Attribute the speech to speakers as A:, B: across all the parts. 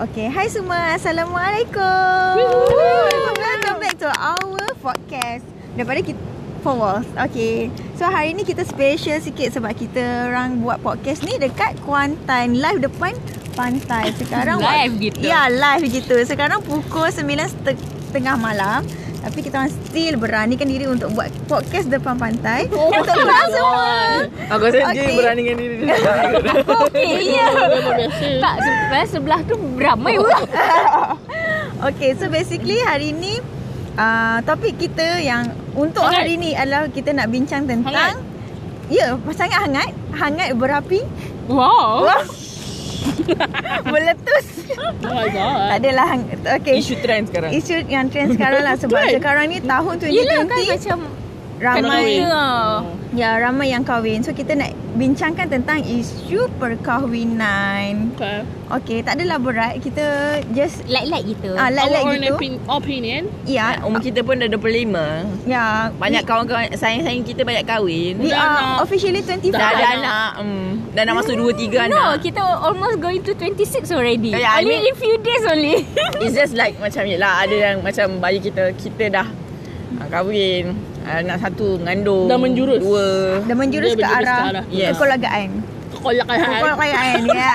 A: Okay, hai semua. Assalamualaikum. Welcome back to our podcast. Daripada kita Four Walls. Okay. So hari ni kita special sikit sebab kita orang buat podcast ni dekat Kuantan. Live depan pantai. Sekarang
B: Live gitu.
A: Ya, live gitu. Sekarang pukul 9 tengah malam. Tapi kita orang still beranikan diri untuk buat podcast depan pantai. Oh, untuk korang semua.
C: Aku rasa okay.
A: Okey.
C: dia berani dengan diri dia
B: Okey, ya. Tak, sebelah, sebelah tu ramai orang.
A: Okay, so basically hari ni uh, topik kita yang untuk
B: Hangat.
A: hari ni adalah kita nak bincang
B: Hangat.
A: tentang Ya, yeah, sangat hangat, hangat berapi,
B: Wow.
A: Wah. meletus.
B: Oh my
A: Tak
B: god.
A: adalah hang- okay.
C: Isu trend sekarang
A: Isu yang trend sekarang lah sebab
B: Betul.
A: sekarang ni tahun 2020
B: Yelah kan macam
A: ramai
C: kahwin.
D: Oh.
A: ya ramai yang kahwin. So kita nak bincangkan tentang isu perkahwinan.
D: Okay.
A: Okay, tak adalah berat. Kita just
B: Light-light gitu.
A: ah,
D: Our
A: like-like
D: own
A: gitu.
D: opin- opinion.
A: Ya,
C: Umur kita pun dah 25
A: ya.
C: Banyak kawan-kawan Sayang-sayang kita banyak kahwin
A: We
D: Dah
A: are
D: nak-
A: officially 25
C: Dah ah, ada
D: dah
C: anak mm, Dah nak masuk 2-3
B: No,
C: anak
B: kita almost going to 26 already.
C: Yeah, Ya, I
B: only
C: mean-
B: in few days only.
C: It's just like Macam yelah Ada yang macam bayi kita Kita dah ah, kahwin Anak satu Mengandung
D: Dah menjurus.
C: Dua
A: Dah menjurus ke
D: Dia menjurus ke
A: arah
D: arah.
C: Yes.
A: kekeluargaan.
D: Kolak kan.
A: Kekeluargaan ya.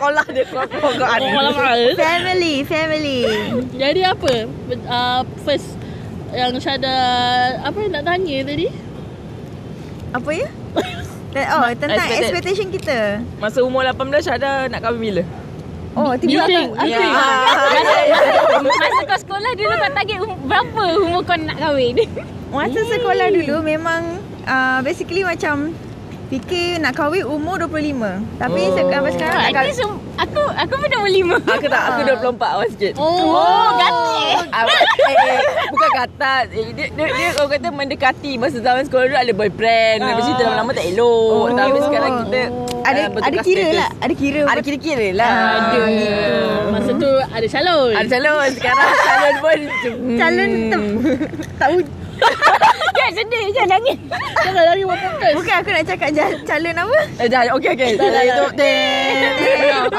C: Kolah dia Kolah
D: Kolak kan.
A: Family, family.
D: Jadi apa? Uh, first yang Syada apa nak tanya tadi?
A: Apa ya? Te- Oh, tentang
C: expected.
A: expectation kita.
C: Masa umur 18 Syada nak kahwin bila?
A: Oh, tiba
D: Meeting.
A: aku. lah.
D: Ya.
B: Masa kau sekolah dulu kau target um, berapa umur kau nak kahwin?
A: Masa sekolah dulu memang uh, basically macam fikir nak kahwin umur 25. Tapi
C: Oh.
A: oh. sampai sekarang nak
B: Aku,
A: kahwin.
B: sem- um, aku aku pun dah lima.
C: Aku tak Aku
A: Ah.
C: 24 awal sikit
B: Oh, gatik.
C: Ah, eh, eh, bukan kata eh, dia, dia, dia orang kata mendekati masa zaman sekolah dulu ada boyfriend uh. lepas tu kita lama-lama tak elok
A: Oh.
C: oh. tapi sekarang kita
D: Oh.
A: Ada
C: ah, bertukar
A: ada kira
C: status.
A: lah, ada kira.
C: ada kira-kira lah
A: Ah,
C: ada
B: ya.
A: gitu.
D: Masa tu ada calon.
C: ada calon sekarang calon pun macam, hmm.
A: calon tem- tak wujud.
B: Jangan sedih, jangan Kan, nangis.
D: Jangan lagi buat podcast.
A: Bukan aku nak cakap ja- calon apa?
C: eh, dah okey okey
D: Dah, dah, dah.
C: itu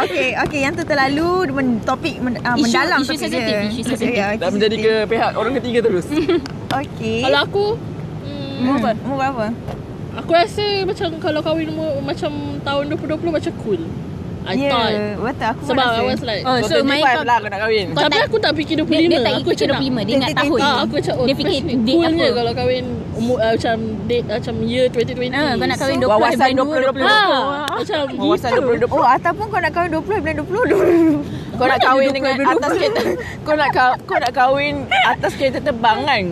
A: okay, okay. Yang tu terlalu men- topik men- uh,
B: Isu-
A: mendalam
B: isu
A: topik dia.
B: sensitif, isu
A: Okay,
B: sensitif.
A: ya,
C: dah
A: isu
C: menjadi ke
A: sensitif.
C: pihak orang ketiga terus
A: Okay.
D: Kalau aku
A: umur
D: hmm,
A: berapa? Umur berapa?
D: aku rasa macam kalau kahwin umur macam tahun 2020 macam cool. I
A: Ya,
D: thought.
A: betul aku pun
D: Sebab
A: rasa.
D: I was like
B: Oh, so,
C: so, 25
B: main kau-
C: lah aku nak kahwin
B: Kau
D: Tapi
B: tak-
D: aku tak fikir
B: Dia,
D: 25
B: dia tak
D: Aku
B: fikir
D: macam nak-
B: 25, dia ingat
A: Twenty,
B: tahun.
A: twenty.
D: Ah, aku macam oh,
B: Dia fikir
D: best ni.
B: date
D: coolnya
B: apa.
D: kalau kahwin umur uh, macam date uh, macam year
B: Ah,
D: 2020.
B: kau nak kahwin 20
C: Wawasan
B: bulan dua,
C: 20.
D: Ha,
B: 20.
D: macam
C: wawasan
D: gitu.
C: 20
A: Oh ataupun kau nak kahwin 20 bulan 20
C: kau nak
D: Mana
C: kahwin
D: duduk
C: dengan
D: duduk
C: atas kereta kau nak ka- kau nak kahwin atas kereta terbang kan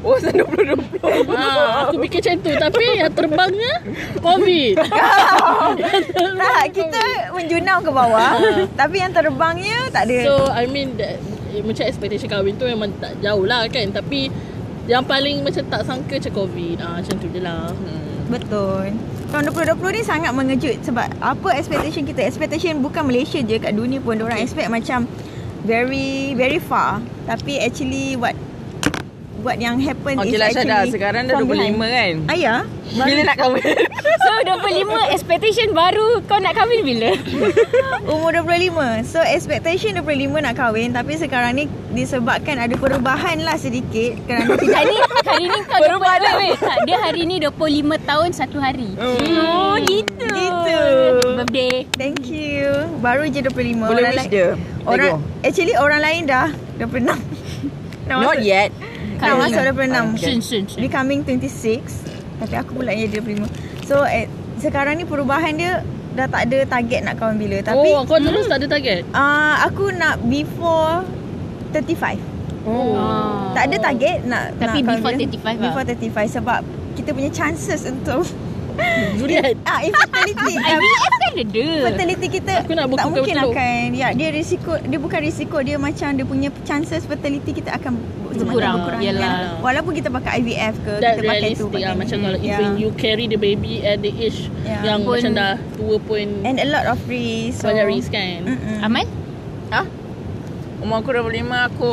C: Oh, wawasan 20 20
D: Ha,
A: Ah.
D: aku fikir macam tu tapi yang terbangnya covid.
A: Tak kita menjunam ke bawah Tapi yang terbangnya tak ada
D: So I mean that, eh, macam expectation kahwin tu memang tak jauh lah kan tapi yang paling macam tak sangka macam covid. Ah macam tu je lah.
A: Betul Tahun 2020 ni sangat mengejut Sebab apa expectation kita Expectation bukan Malaysia je Kat dunia pun Diorang expect macam Very Very far Tapi actually What What yang happen is
C: Okey lah Syada
A: actually
C: Sekarang dah 25
A: from behind. Ah, ya? Ayah
C: kan Bila nak kahwin
B: Ah, So 25 expectation baru kau nak kahwin bila?
A: Umur 25 So expectation 25 nak kahwin Tapi sekarang ni Disebabkan ada perubahan lah sedikit Kerana tidak
B: Hari hari ni kau Baru wait, wait. Tak, dia hari ni 25 tahun satu hari.
A: Hmm.
B: Oh, gitu.
A: Gitu.
B: Birthday.
A: Thank you Baru je 25
C: Boleh wish
A: lain-
C: dia
A: orang, Actually orang lain dah 26 Nak
C: Not
A: masuk-
C: yet
A: Nak masuk 26
B: Soon, soon, soon.
A: Becoming 26 Tapi aku pula yang 25 So eh, sekarang ni perubahan dia Dah tak ada target nak kahwin bila Tapi
D: oh, kau terus tak ada target.
A: uh, Aku nak before 35
B: Oh.
A: Tak ada target nak
B: Tapi
A: nak
B: before
A: kahwin.
B: 35 lah.
A: Before 35 sebab kita punya chances untuk
D: Juliet.
A: ah infertility
B: IVF kan ada.
A: fertility kita
D: Aku nak
A: tak
D: buka
A: mungkin
D: betul.
A: akan ya dia risiko dia bukan risiko dia macam dia punya chances fertility kita akan semakin
B: Berkurang,
A: berkurang
B: yalah.
A: kan. walaupun kita pakai IVF ke
D: That
A: kita pakai tu ya.
D: realistic
A: pakai
D: lah
A: ni.
D: Macam kalau
A: Yeah.
D: even you carry the baby At the age
A: Yeah.
D: Yang
B: Pun-
D: macam dah Tua pun
A: and a lot of risk so Mm.
D: Banyak risk kan
A: Mm-mm.
B: Amal?
C: Ha? Umur aku 25 Aku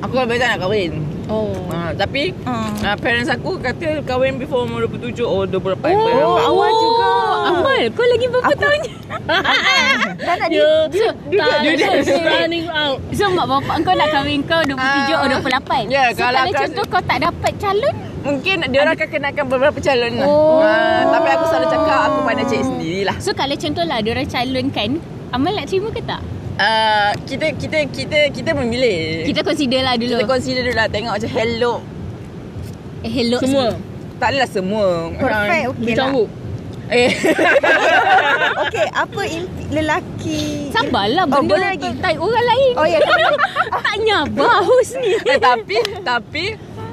C: Aku kan biasa nak kahwin
D: Oh.
C: Ha, tapi
A: Ah.
C: uh, parents aku kata kahwin before umur 27 or 28. Oh,
A: awal juga.
B: Amal, kau lagi berapa aku... tahun?
A: Dah nak di...
D: Ya, Dia
B: So,
D: tak
C: dia- dia-
D: dia
C: dia-
D: running out.
B: so mak bapak kau nak kahwin kau 27
C: Ah.
B: uh, or 28?
C: Ya,
B: so,
C: kalau
B: kalau
C: kau-
B: contoh kau tak dapat calon,
C: Mungkin dia orang akan kenakan beberapa calon lah.
B: Oh.
C: Ah, tapi aku selalu cakap aku pandai cek sendirilah.
B: so kalau contoh lah diorang calonkan, Amal nak terima ke tak?
C: Uh, kita kita kita kita
A: Eh.
C: memilih.
B: Kita consider lah dulu.
C: kita consider dulu lah tengok macam hello.
B: eh, hello.
D: Semua.
C: Tak adalah semua.
A: Perfect, okay
D: Macam
A: lah.
D: hook.
C: Ah, Eh.
A: Okay, apa impi, lelaki...
B: Sabarlah
A: Oh,
B: benda
A: boleh
B: tu
A: lagi?
B: Tai orang lain
A: Oh, ya.
B: Tak nyabar Husni
C: eh tapi tapi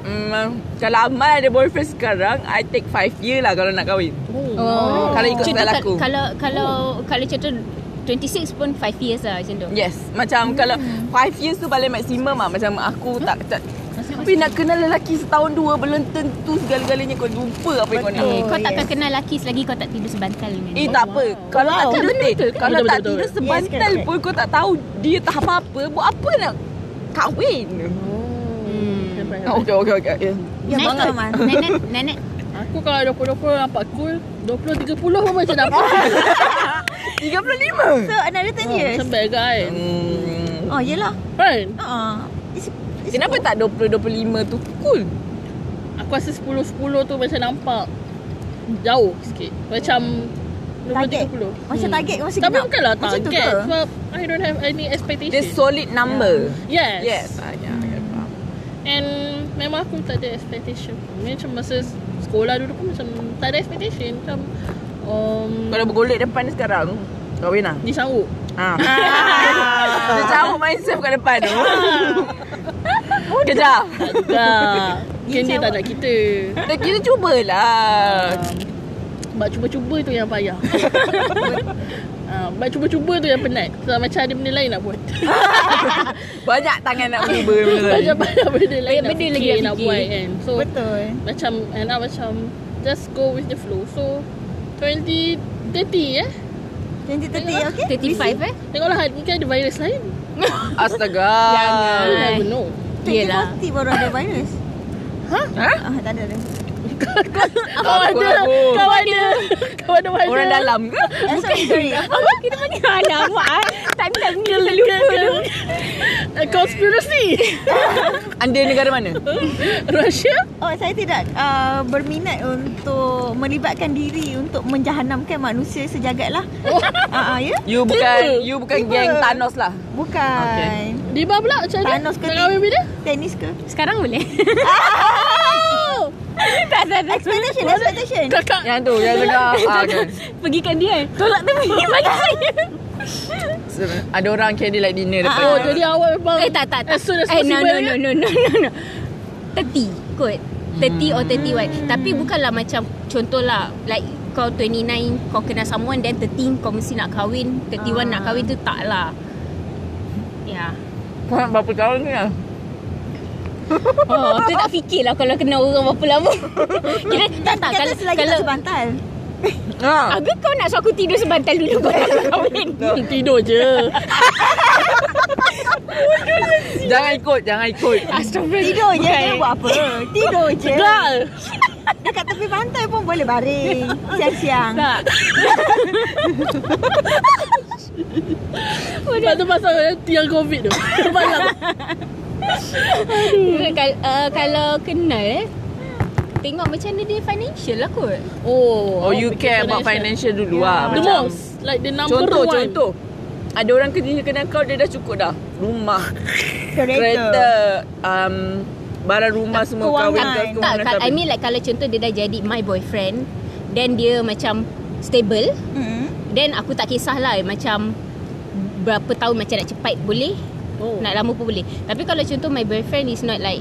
C: um, kalau Amal ada boyfriend sekarang, I take 5 year lah kalau nak kahwin.
B: oh.
C: Kalau ikut
B: Contoh
C: style
B: kal-
C: aku.
B: Kalau Kalau Kalau contoh 26 pun 5 years lah macam tu
C: Yes, macam kalau 5 years tu paling maksimum lah macam aku tak, tak tapi nak kenal lelaki setahun dua belum tentu segala-galanya kau jumpa apa yang kau nak.
B: Eh, kau
A: Oh,
B: takkan
A: yes.
B: kenal lelaki selagi kau tak tidur sebantal dengan
C: Eh
B: dia.
C: tak apa Kalau tak
D: Wow.
C: tidur
D: Betul,
C: eh,
D: betul.
C: Kalau
D: Betul,
C: tak
D: betul,
C: tidur
D: betul.
C: sebantal
A: Yes, correct,
C: pun Kau tak tahu Dia tak apa-apa Buat apa nak Kahwin
D: Hebat, hebat.
C: Ah, Okay okay okay yeah.
A: Ya,
B: Nenek,
A: bangat, Man.
B: nenek, nenek.
D: Aku kalau 20-20 nampak cool 20-30 pun macam nampak
C: 35
A: So, another 10 years.
D: Oh, Macam bad guy
C: hmm.
A: Oh, yelah.
D: Kan
A: Uh, it's, it's
C: Kenapa tak 20-25 tu Cool
D: Aku rasa 10-10 tu macam nampak Jauh sikit Macam
A: target.
D: 20-30
A: Macam target kau mesti
D: Hmm. Tapi
A: genap.
D: bukanlah
A: Macam tu
D: target
A: ke?
D: Sebab I don't have any expectation
C: Dia solid number
D: Yes
C: Yes ah, yeah, okay, faham.
D: And memang aku tak ada expectation pun. Macam masa sekolah dulu pun macam tak ada expectation Macam um,
C: Kalau bergolek depan ni sekarang Kahwin lah
D: Di sanggup
C: ha. Dia jauh main surf kat depan tu Kejar
D: Tak juga Mungkin dia tak
A: Dijawab.
D: nak kita
C: Kita kita cubalah
D: um, Sebab cuba-cuba tu yang payah Ah, Sebab cuba-cuba tu yang penat Sebab macam ada benda lain nak buat
C: Banyak tangan nak berubah benda ni.
D: Macam banyak benda
B: Banyak
D: lain nak
B: benda
D: fikir,
B: lagi nak
D: nak
B: fikir.
D: buat kan So
A: Betul.
D: macam And I macam Just go with the flow So 20 30 eh
A: 2030, okay?
B: 35 eh?
D: Tengoklah hari- mungkin ada virus lain
C: Astaga.
D: I
B: Jangan.
D: never know
B: lah.
A: 2040 baru ada virus.
C: Ha?
A: Ah, tak ada dah.
D: Kau ada
C: aku.
D: Kau ada Kau ada virus
C: Orang dalam ke?
A: Eh, sorry, sorry.
B: Apa kita panggil alamak ah. Tak tak ni lupa dulu.
D: A Conspiracy
C: Anda negara mana?
D: Russia
A: Oh, saya tidak uh, berminat untuk melibatkan diri untuk menjahanamkan manusia sejagat lah.
B: Oh.
A: Ah, ah, ya?
C: You bukan you bukan
A: Tiba.
C: geng Thanos lah.
A: Bukan.
C: Okay.
D: Diba pula macam mana
A: Thanos ke
D: Nak kahwin bila
A: Tenis ke?
B: Sekarang boleh. tak tak tak.
A: Expectation, expectation.
D: Kakak
C: Yang tu, yang cakap ah, kan.
B: Pergikan dia. Tolak tu pergi bagi saya.
C: Se- Ada orang candy like dinner depan.
D: Oh
C: kita.
D: jadi awak memang
B: Eh tak tak tak.
D: As soon as
B: eh no no no
D: possible
B: no
D: kan?
B: no no. no. 30 kot. 30 or 31 Tapi bukanlah macam Contohlah Like kau 29 Kau kenal someone Then 13 kau mesti nak kahwin 31 nak kahwin tu tak lah Ya yeah.
C: Kau nak berapa tahun ni lah?
B: Oh, aku tak fikir lah kalau kena orang berapa lama. Kira tak tak
A: Kata
B: kalau
A: selagi
B: kalau
A: tak sebantal.
D: Ah.
C: Ha.
B: Habis kau nak suruh aku tidur sebantal dulu kau nak kahwin.
D: Tidur je
C: Jangan ikut, jangan ikut.
D: Ah,
B: Astagfirullah.
A: Tidur je, dia buat apa? Tidur je.
D: Girl
A: Dekat tepi pantai pun boleh baring. Siang-siang.
B: Tak.
D: Sebab tu pasal tiang covid tu lah. Malam Hmm.
B: Kal, uh, kalau kenal eh Tengok macam mana dia financial lah kot
D: Oh
C: Oh, you care about financial dulu lah.
D: The
C: Macam
D: most Like the number
C: contoh,
D: one
C: contoh. Ada orang kerja kenal kau dia dah cukup dah. Rumah,
A: Kereta.
C: kereta, um, barang rumah semua
A: Kewangan.
C: kahwin kau
A: Tak,
C: kau
B: Tak,
C: nak
B: kal, I
C: kahwin.
B: mean like kalau contoh dia dah jadi my boyfriend Then dia macam stable
A: Hmm.
B: Then aku tak kisahlah eh, macam Berapa tahun macam nak cepat boleh
D: oh.
B: Nak lama pun boleh Tapi kalau contoh my boyfriend is not like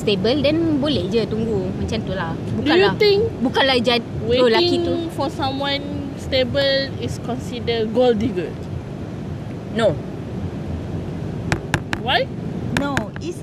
B: Stable Then boleh je tunggu Macam tu lah
D: Do you
B: Bukanlah
D: think
B: Bukanlah jadi Oh lelaki
D: Waiting
B: tu
D: oh, for someone stable is considered gold digger.
C: No.
D: Why?
A: No, is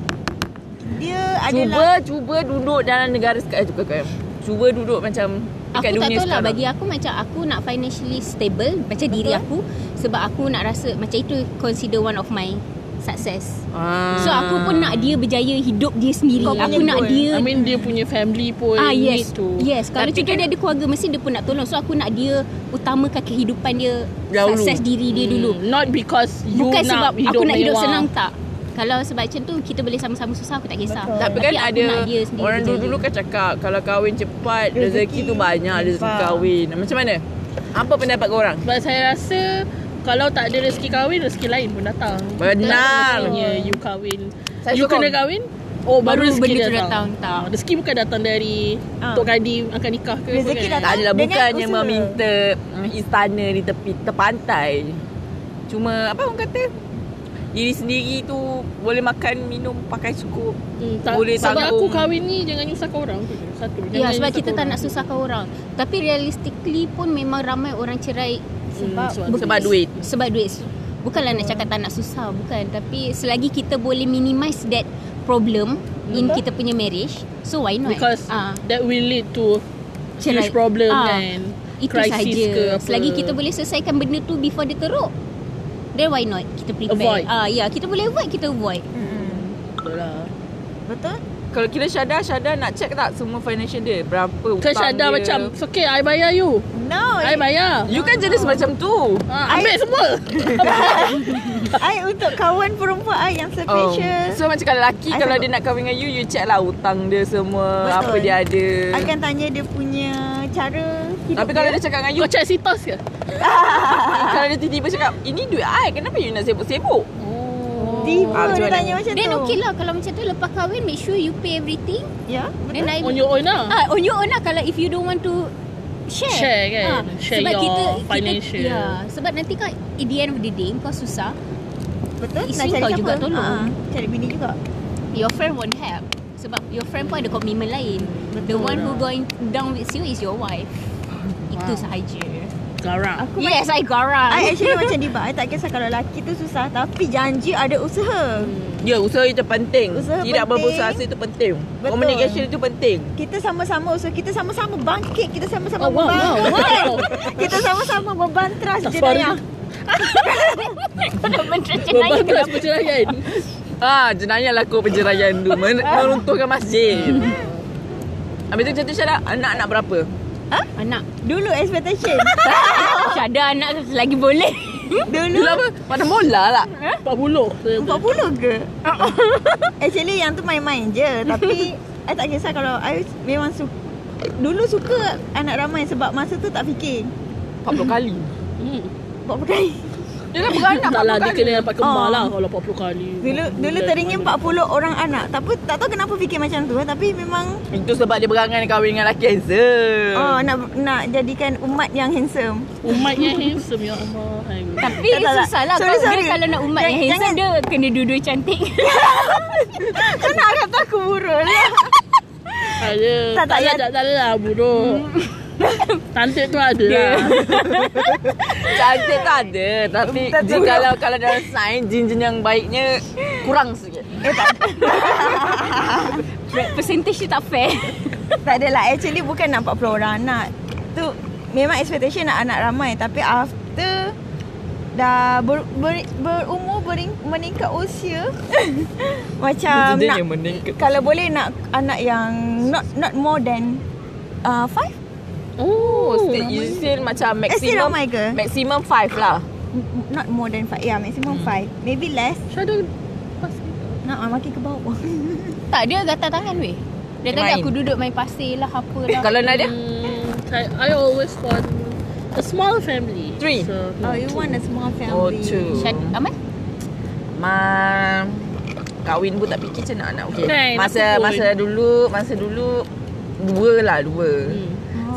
A: dia
C: Cuba
B: lah.
A: adalah
C: cuba duduk dalam negara sekarang juga kan. Cuba duduk macam
B: Aku tak
C: dekat dunia
B: tahu lah
C: sekarang.
B: Bagi aku macam Aku nak financially stable Macam Betul. diri aku Sebab aku nak rasa Macam itu Consider one of my success.
D: Ah.
B: So aku pun nak dia berjaya hidup dia sendiri.
C: Hmm. Kau
B: Aku
C: punya
B: nak
C: goal.
B: dia
D: I mean dia punya family pun
B: Ah yes.
D: need to
B: Yes, kalau
C: kan-
D: Tapi kan-
B: contoh dia ada keluarga mesti dia pun nak tolong. So aku nak dia utamakan kehidupan dia,
D: Dahulu.
B: sukses diri dia dulu.
D: Hmm, Not because you
B: Bukan
D: nak
B: sebab
D: hidup
B: aku nak hidup
D: mewah.
B: senang tak. Kalau sebab macam tu kita boleh sama-sama susah aku tak kisah.
A: Betul.
C: Tapi kan
B: aku
C: ada
B: nak dia sendiri
C: orang
B: berjaya.
C: dulu-dulu kan cakap kalau kahwin cepat rezeki,
A: Rezeki
C: tu banyak rezeki
A: limpah.
C: kahwin. Macam mana? Apa pendapat kau orang?
D: Sebab saya rasa kalau tak ada rezeki kahwin, rezeki lain pun datang.
C: Benar.
D: Maksudnya you kahwin.
C: Saya
D: you
C: sokong.
D: kena kahwin, oh baru,
B: Baru
D: rezeki
B: benda tu
D: datang.
B: datang, tak.
D: Ah, Rezeki bukan datang dari
A: Ah.
D: Tok Kadi akan nikah ke. kan?
A: Rezeki
D: bukan.
A: datang.
C: Tak adalah
A: Dengan
C: bukannya
A: usaha.
C: meminta mm, istana di tepi terpantai. Cuma apa orang kata diri sendiri tu boleh makan, minum, pakai cukup.
D: Hmm, tak,
C: Boleh
D: sebab
C: tanggung.
D: aku kahwin ni jangan nyusahkan orang tu je.
B: Ya
D: Satu. jangan
B: sebab
D: nyusahkan
B: kita tak
D: orang.
B: nak susahkan orang. Tapi realistically pun memang ramai orang cerai
D: Hmm. Sebab- Hmm.
B: bukan-
C: sebab duit.
B: Sebab duit. Bukanlah nak cakap tak nak susah, bukan. Tapi selagi kita boleh minimize that problem in kita punya marriage, so why not?
D: Because
B: Ah.
D: that will lead to
B: Cerai.
D: huge problem
B: Ah,
D: kan.
B: Itu
D: Crisis
B: saja.
D: ke apa.
B: Selagi kita boleh selesaikan benda tu before dia teruk. Then why not? Kita prepare.
D: Avoid.
B: Ah ya, kita boleh avoid, kita avoid. Hmm.
D: Betul lah.
A: Betul?
C: Kalau kira Syada, Syada nak check tak semua financial dia? Berapa hutang
D: Kan
C: dia?
D: Syada macam It's okay I bayar you
A: No.
D: I bayar
C: You kan jenis macam tu.
D: ha, Ambil semua
A: I untuk kawan perempuan I yang
C: Oh.
A: special.
C: So macam kalau lelaki
A: I
C: Kalau
A: sebab-
C: dia nak kahwin dengan you You check lah hutang dia semua
A: Betul.
C: Apa dia ada
A: I akan tanya dia punya cara hidup
C: Tapi kalau
A: dia.
C: dia cakap dengan you
D: Kau check sitos ke
C: Kalau dia tiba-tiba cakap Ini duit I Kenapa you nak sibuk-sibuk
D: Oh
A: Tiba
C: Ah, macam
A: dia
C: mana?
A: tanya macam
B: Then
A: tu
B: okay lah Kalau macam tu Lepas kahwin Make sure you pay everything
A: Ya
B: Then I
D: On your own lah
B: Ah, on your own lah kalau if you don't want to share. Ah,
D: Share kan? Share
B: sebab
D: your
B: kita,
D: financial.
B: Kita, ya, sebab nanti kau at the end of the day kau susah,
A: Betul
B: Isteri kau juga tolong.
A: Ah, Cari bini juga
B: your friend won't help. Sebab your friend pun ada komitmen lain. the
A: Betul
B: one who
D: lah.
B: going down with you is your wife. Itu sahaja.
D: Garang
A: Aku
B: Yes, I garang.
A: I actually macam Diba I tak kisah kalau lelaki tu susah Tapi janji ada usaha
C: Ya usaha itu penting
A: Usaha
C: Tidak
A: penting.
C: berpuasa itu penting
A: Betul.
C: Communication itu penting
A: Kita sama-sama usaha Kita sama-sama bangkit Kita sama-sama
D: Oh wow wow
A: membangun
D: wow
A: Kita sama-sama membantras
D: Tak
A: jenayah
B: Menteri jenayah
D: Beban berat perceraian
C: Ah, jenayah lah kau penjeraian tu Men- Meruntuhkan masjid
A: Hmm.
C: Habis tu macam tu Syara Anak nak berapa?
B: Anak.
A: Dulu expectation
B: Hmm? Syada anak lagi boleh.
A: Dulu
C: Dulu apa? Pada mula lah
D: 40
A: 40 ke? Actually yang tu main-main je Tapi I tak kisah kalau I memang suka Dulu suka anak ramai Sebab masa tu tak fikir
C: 40 kali
D: Hmm.
A: Buat pakai
C: Dia
A: kan
C: lah beranak
D: Tak lah
C: 40
D: Dia
C: kali
D: kena dapat kembar
A: Oh.
D: lah Kalau 40 kali
A: Dulu dulu teringin 40 orang anak Tapi tak tahu kenapa fikir macam tu eh. Tapi memang
C: Itu sebab dia berangan kahwin dengan lelaki handsome
D: Ah,
A: oh, nak nak jadikan umat yang handsome
D: Umatnya handsome Ya Allah Hai.
B: Tapi
A: Tak, tak, tak.
B: susah lah
A: Sorry,
B: kau
A: sorry.
B: dia kalau nak umat yang
A: Jangan-
B: handsome dia kena dua-dua cantik.
A: Kau nak kata aku burun
D: Ada
A: Tak, tak
D: Tak tak lah
A: payah.
D: tak, tak ada lah Buruk Cantik tu ada lah
C: Cantik tak ada Tapi
A: Tak
C: jin,
A: tahu.
C: kalau kalau dalam sains Jin-jin yang baiknya Kurang sikit
B: Percentage dia tak fair.
A: Tak adalah Actually bukan nak 40 orang anak Tu memang expectation nak anak ramai Tapi after Dah ber, ber, berumur bering, meningkat usia
D: Ya,
A: Macam nak,
C: meningkat
A: Kalau boleh nak anak yang Not not more than uh, Five?
C: Oh, still, you still macam
A: Eh, still
C: maximum
A: ramai ke?
C: Maximum 5 lah
A: M- Not more than five Yeah maximum
C: Hmm.
A: five Maybe less
D: Shadow
A: Nak ah, makin ke
C: Oh,
A: bawah
B: Tak, dia gatal tangan weh. Dia
C: Dia
B: tadi
C: main. Eh,
B: aku duduk main pasir lah, apa lah.
C: Kalau Nadia
D: Ya. Hmm, I, I always want a small family.
C: Three.
D: So,
A: Oh you want a small family
C: Oh, two.
B: Syad, Aman?
C: Mam Kahwin pun tak fikir macam nak anak okay.
D: Kan,
C: Masa
D: aku pun.
C: masa dulu Masa dulu Dua lah dua
D: hmm.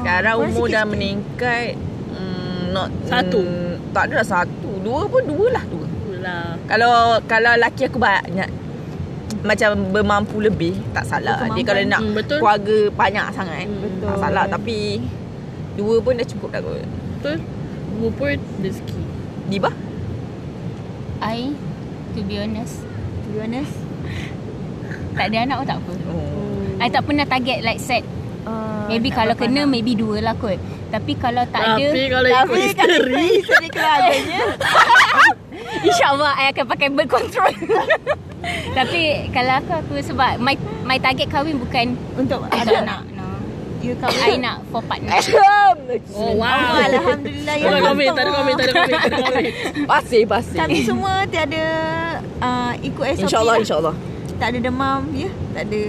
C: Sekarang
A: Orang
C: umur dah
A: sikit-sikit.
C: meningkat mm, not,
D: Satu.
C: mm, Tak ada lah satu Dua pun dua lah dua
D: Hmm, Itulah.
C: Kalau kalau laki aku banyak macam bermampu lebih tak salah. Dia kalau nak
D: Hmm, betul.
C: keluarga banyak sangat
D: Hmm,
C: betul. tak salah tapi dua pun dah cukup dah kot.
D: Betul? Dua pun rezeki.
C: Diba?
B: I, to be honest,
A: To be honest
B: tak ada anak pun tak apa.
C: Oh.
B: I tak pernah target like set.
A: uh,
B: Maybe
A: nak
B: kalau
A: berapa
B: kena,
A: anak?
B: maybe dua lah kot. Tapi kalau tak
D: Tapi
B: ada,
D: kalau ikut
A: Tapi kalau
D: history,
A: isteri keluarganya
B: InsyaAllah I akan pakai birth control Tapi Kalau aku aku sebab My my target kahwin bukan
A: Untuk
B: Ada
A: ada
B: anak no.
A: You
B: I
A: kahwin
B: nak for partner
C: Hmm. Eh. Oh,
D: Oh wow
A: Allah, Alhamdulillah ya,
D: Tak ada komen Tak ada komen Tak ada komen Tak ada komen
C: pasir, pasir.
A: Kami semua tiada uh, Ikut SOP
C: InsyaAllah,
A: lah.
C: insyaAllah.
A: Tak ada demam Ya Tak ada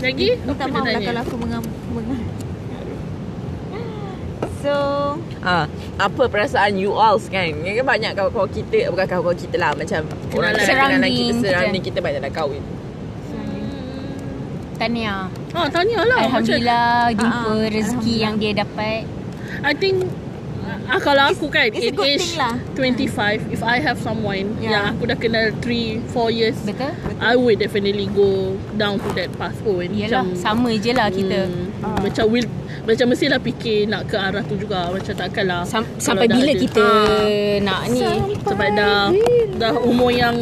D: Hmm. Lagi
A: Minta
D: Apa
A: maaf
D: dia
A: lah
D: tanya?
A: kalau aku mengamuk meng- So
C: Ha, apa perasaan you all kan? Kan banyak kawan-kawan kita, bukan kawan-kawan kita lah macam orang kenalan
D: Kenalan.
C: kita,
B: Surrounding kita.
C: surrounding kita banyak dah kahwin.
B: Tahniah
D: Ah, tanya lah
B: Alhamdulillah Jumpa
A: Ah, ah,
B: rezeki yang dia dapat
D: Macam, I think ah, Kalau aku kan
A: It's- it's a
D: in
A: good
D: age
A: thing lah.
D: 25 If I have someone
A: Yeah.
D: Yang aku dah kenal 3, 4 years
B: Betul?
D: I would definitely go down to that path pun
B: Yelah
D: Macam-
B: Sama je lah kita
D: Hmm,
A: Ah.
D: Macam will Macam mestilah fikir Nak ke arah tu juga Macam takkanlah
B: Sam-
D: kalau
B: Sampai
D: dah
B: bila
D: ada-
B: kita
D: Ah.
B: Nak ni
D: Sebab dah Dah umur yang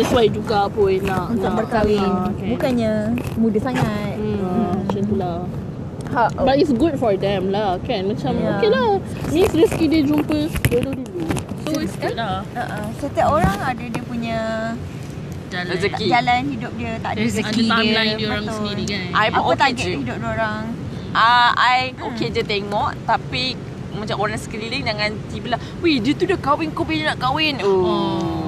D: Sesuai juga pun nak
A: Untuk
D: nak-
A: berkahwin
D: Ah, kan.
A: Bukannya Muda sangat
D: Hmm, Macam tu lah
C: Ha, oh.
D: But it's good for them lah kan Macam
A: Yeah.
D: yeah. okay lah Means rezeki dia jumpa Jodoh dulu So it's good lah
A: uh-uh. Setiap orang ada dia punya
C: Rezeki. Okey.
A: Jalan hidup dia Tak ada
B: Rezeki.
D: Ada timeline
A: dia,
D: dia orang
A: betul.
D: sendiri kan
C: I
A: Apa
C: pun okay
A: target
C: je.
A: hidup dia orang
C: Ah, I okay
D: Hmm.
C: je tengok tapi macam orang sekeliling jangan tiba lah Weh dia tu dah kahwin Kau punya nak kahwin Oh,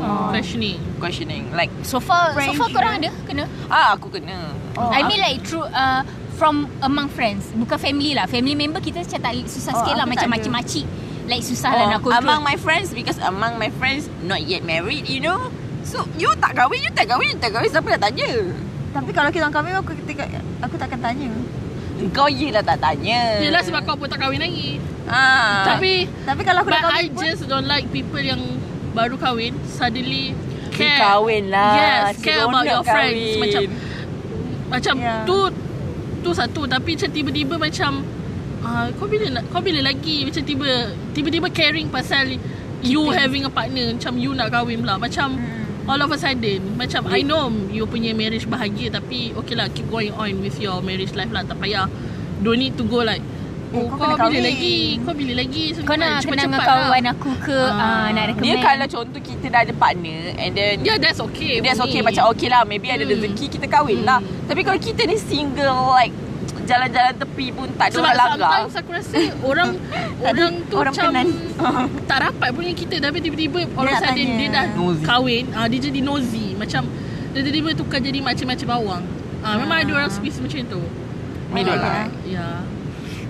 D: Oh, questioning
C: Questioning Like
B: So far So
A: Friends
B: far
A: juga.
B: korang ada Kena
C: Ah aku kena
A: Oh,
B: I mean like through uh, from among friends, bukan family lah. Family member kita macam tak susah
A: Oh,
B: sikit lah
A: aku tak
B: macam
A: ada.
B: makcik-makcik. Like susah lah nak control.
C: Ah. Oh, Among my friends Because among my friends Not yet married You know So you tak kahwin You tak kahwin You tak kahwin Siapa nak tanya
A: Tapi kalau kita orang kahwin aku, kita- aku tak akan tanya
C: Kau yelah tak tanya
D: Yelah sebab kau pun tak kahwin lagi
C: ah.
D: Tapi
A: Tapi kalau aku
D: But
A: nak kahwin
D: I
A: pun
D: just don't like people yang baru kahwin suddenly
C: Care.
D: care.
C: Kahwin lah
D: Yes, care about
C: Seronok
D: your friends.
C: kahwin.
D: Macam macam
A: Yeah.
D: yeah. tu tu satu tapi macam tiba-tiba macam ah kau bila nak kau bila lagi macam tiba tiba-tiba caring pasal you having a partner macam you nak kahwin pula macam
A: Hmm.
D: all of a sudden macam I know you punya marriage bahagia tapi okay lah keep going on with your marriage life lah tak payah don't need to go like
A: Eh,
D: Oh,
A: kau
D: kau,
A: kena
D: bila
A: kahwin.
D: lagi? Kau bila lagi? So,
B: Kau nak
D: cepat-
B: kenal dengan
D: cepat lah.
B: kawan aku ke
D: Ah.
B: ah, nak
C: Dia
B: recommend?
C: kalau contoh Kita dah ada partner And then
D: Yeah, Ya, that's okay.
C: That's
D: for
C: okay
D: me.
C: Macam okay lah Maybe ada rezeki Kita kahwin lah Tapi kalau kita ni single Like Jalan-jalan tepi pun Tak ada
D: Sebab
C: orang langgar
D: sometimes aku rasa orang
A: Tak ada
D: orang tu
A: orang
D: macam
A: penan.
D: tak rapat punya kita tapi tiba-tiba orang
A: nak
D: sudden
A: tanya.
D: dia dah
C: Nosy.
D: kahwin, ah dia jadi nosy macam dia tiba-tiba tukar jadi macam-macam bawang. Ah memang ada orang space macam tu.
C: Middle
A: Ah.
C: lah
D: Ya.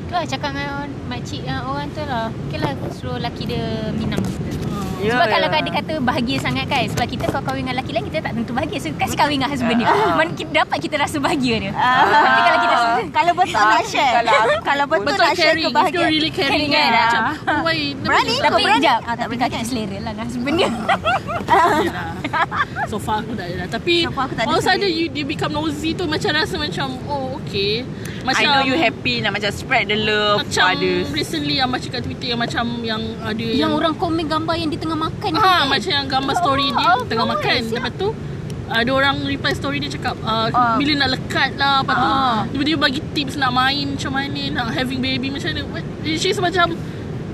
B: Tu lah cakap dengan makcik uh, orang tu lah. Okay lah suruh lelaki dia minang kita.
C: Ya,
B: Sebab
C: ya.
B: kalau kau ada kata bahagia sangat kan Sebab kita kalau kahwin dengan lelaki lain Kita tak tentu bahagia So kasih kahwin dengan husband dia Man, kita, Dapat kita rasa bahagia dia Tapi kalau kita rasa
A: kalau betul nak share
C: kalau aku-
A: Kalau betul,
D: Betul
A: nak share
D: caring. If
A: kebahagiaan
D: you're really caring,
B: Caring
D: kan.
B: kan,
D: Macam,
A: ah.
D: oh, why?
A: Berani
D: kenapa-
A: kau
B: Tapi
A: berani?
B: jap
A: Ah, tak
B: Tapi
A: berani
B: kau
A: kan?
B: tak selera lah dengan husband dia
D: Yelah. So far aku tak ada lah Tapi
A: So far aku tak ada
D: All of a sudden
A: sendiri.
D: you, Dia become nosy tu Macam rasa macam Oh
C: I
D: okay Macam
C: know you happy Nak macam spread the love
D: Macam
C: For others
D: recently yang baca kat Twitter Yang macam Yang ada
B: Yang orang komen gambar yang dia tengah makan tu
D: ha,
B: kan?
D: Macam yang gambar story
B: Oh,
D: dia
B: oh,
D: Tengah
B: nice,
D: makan
B: yeah.
D: Lepas tu ada orang reply story dia cakap uh,
A: Ah.
D: Bila nak lekat lah Lepas tu
A: Ah.
D: Tiba-tiba bagi tips nak main Macam mana Nak having baby Macam mana What? She's macam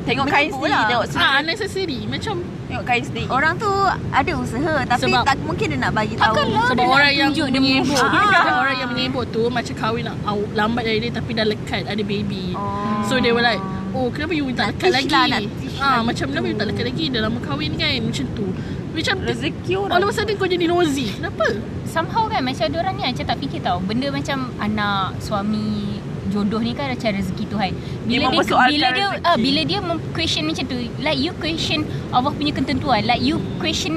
C: Tengok kain
A: Menipu
C: sendiri
A: lah.
C: Tengok sendiri
D: ah, Unnecessary Macam
C: Tengok kain sendiri
A: Orang tu ada usaha Tapi
D: Sebab- lah.
A: tak mungkin Oh, dia nak bagi tahu
B: Takkanlah.
D: Sebab
B: dia nak
D: orang yang
B: tunjuk dia
D: menyebut
B: mampu.
D: ah. Orang yang menyebut tu Macam kahwin nak au- lambat dari dia Tapi dah lekat Ada baby
A: Oh.
D: So they were like Oh kenapa you tak lekat
A: teach
D: lagi
A: lah, nak teach
D: ah,
A: lah
D: Macam kenapa you tak lekat lagi Dah lama kahwin kan Macam tu Macam
C: Rezeki
D: All of
C: orang
D: a sudden kau jadi nosy Kenapa?
B: Somehow kan Macam ada orang ni Macam tak fikir tau Benda macam Anak Suami Jodoh ni kan Macam rezeki Tuhan Bila dia,
C: mempersoalkan
B: Bila dia
C: rezeki.
B: ah, Bila dia mem- Question macam tu Like you question Allah punya ketentuan Like you question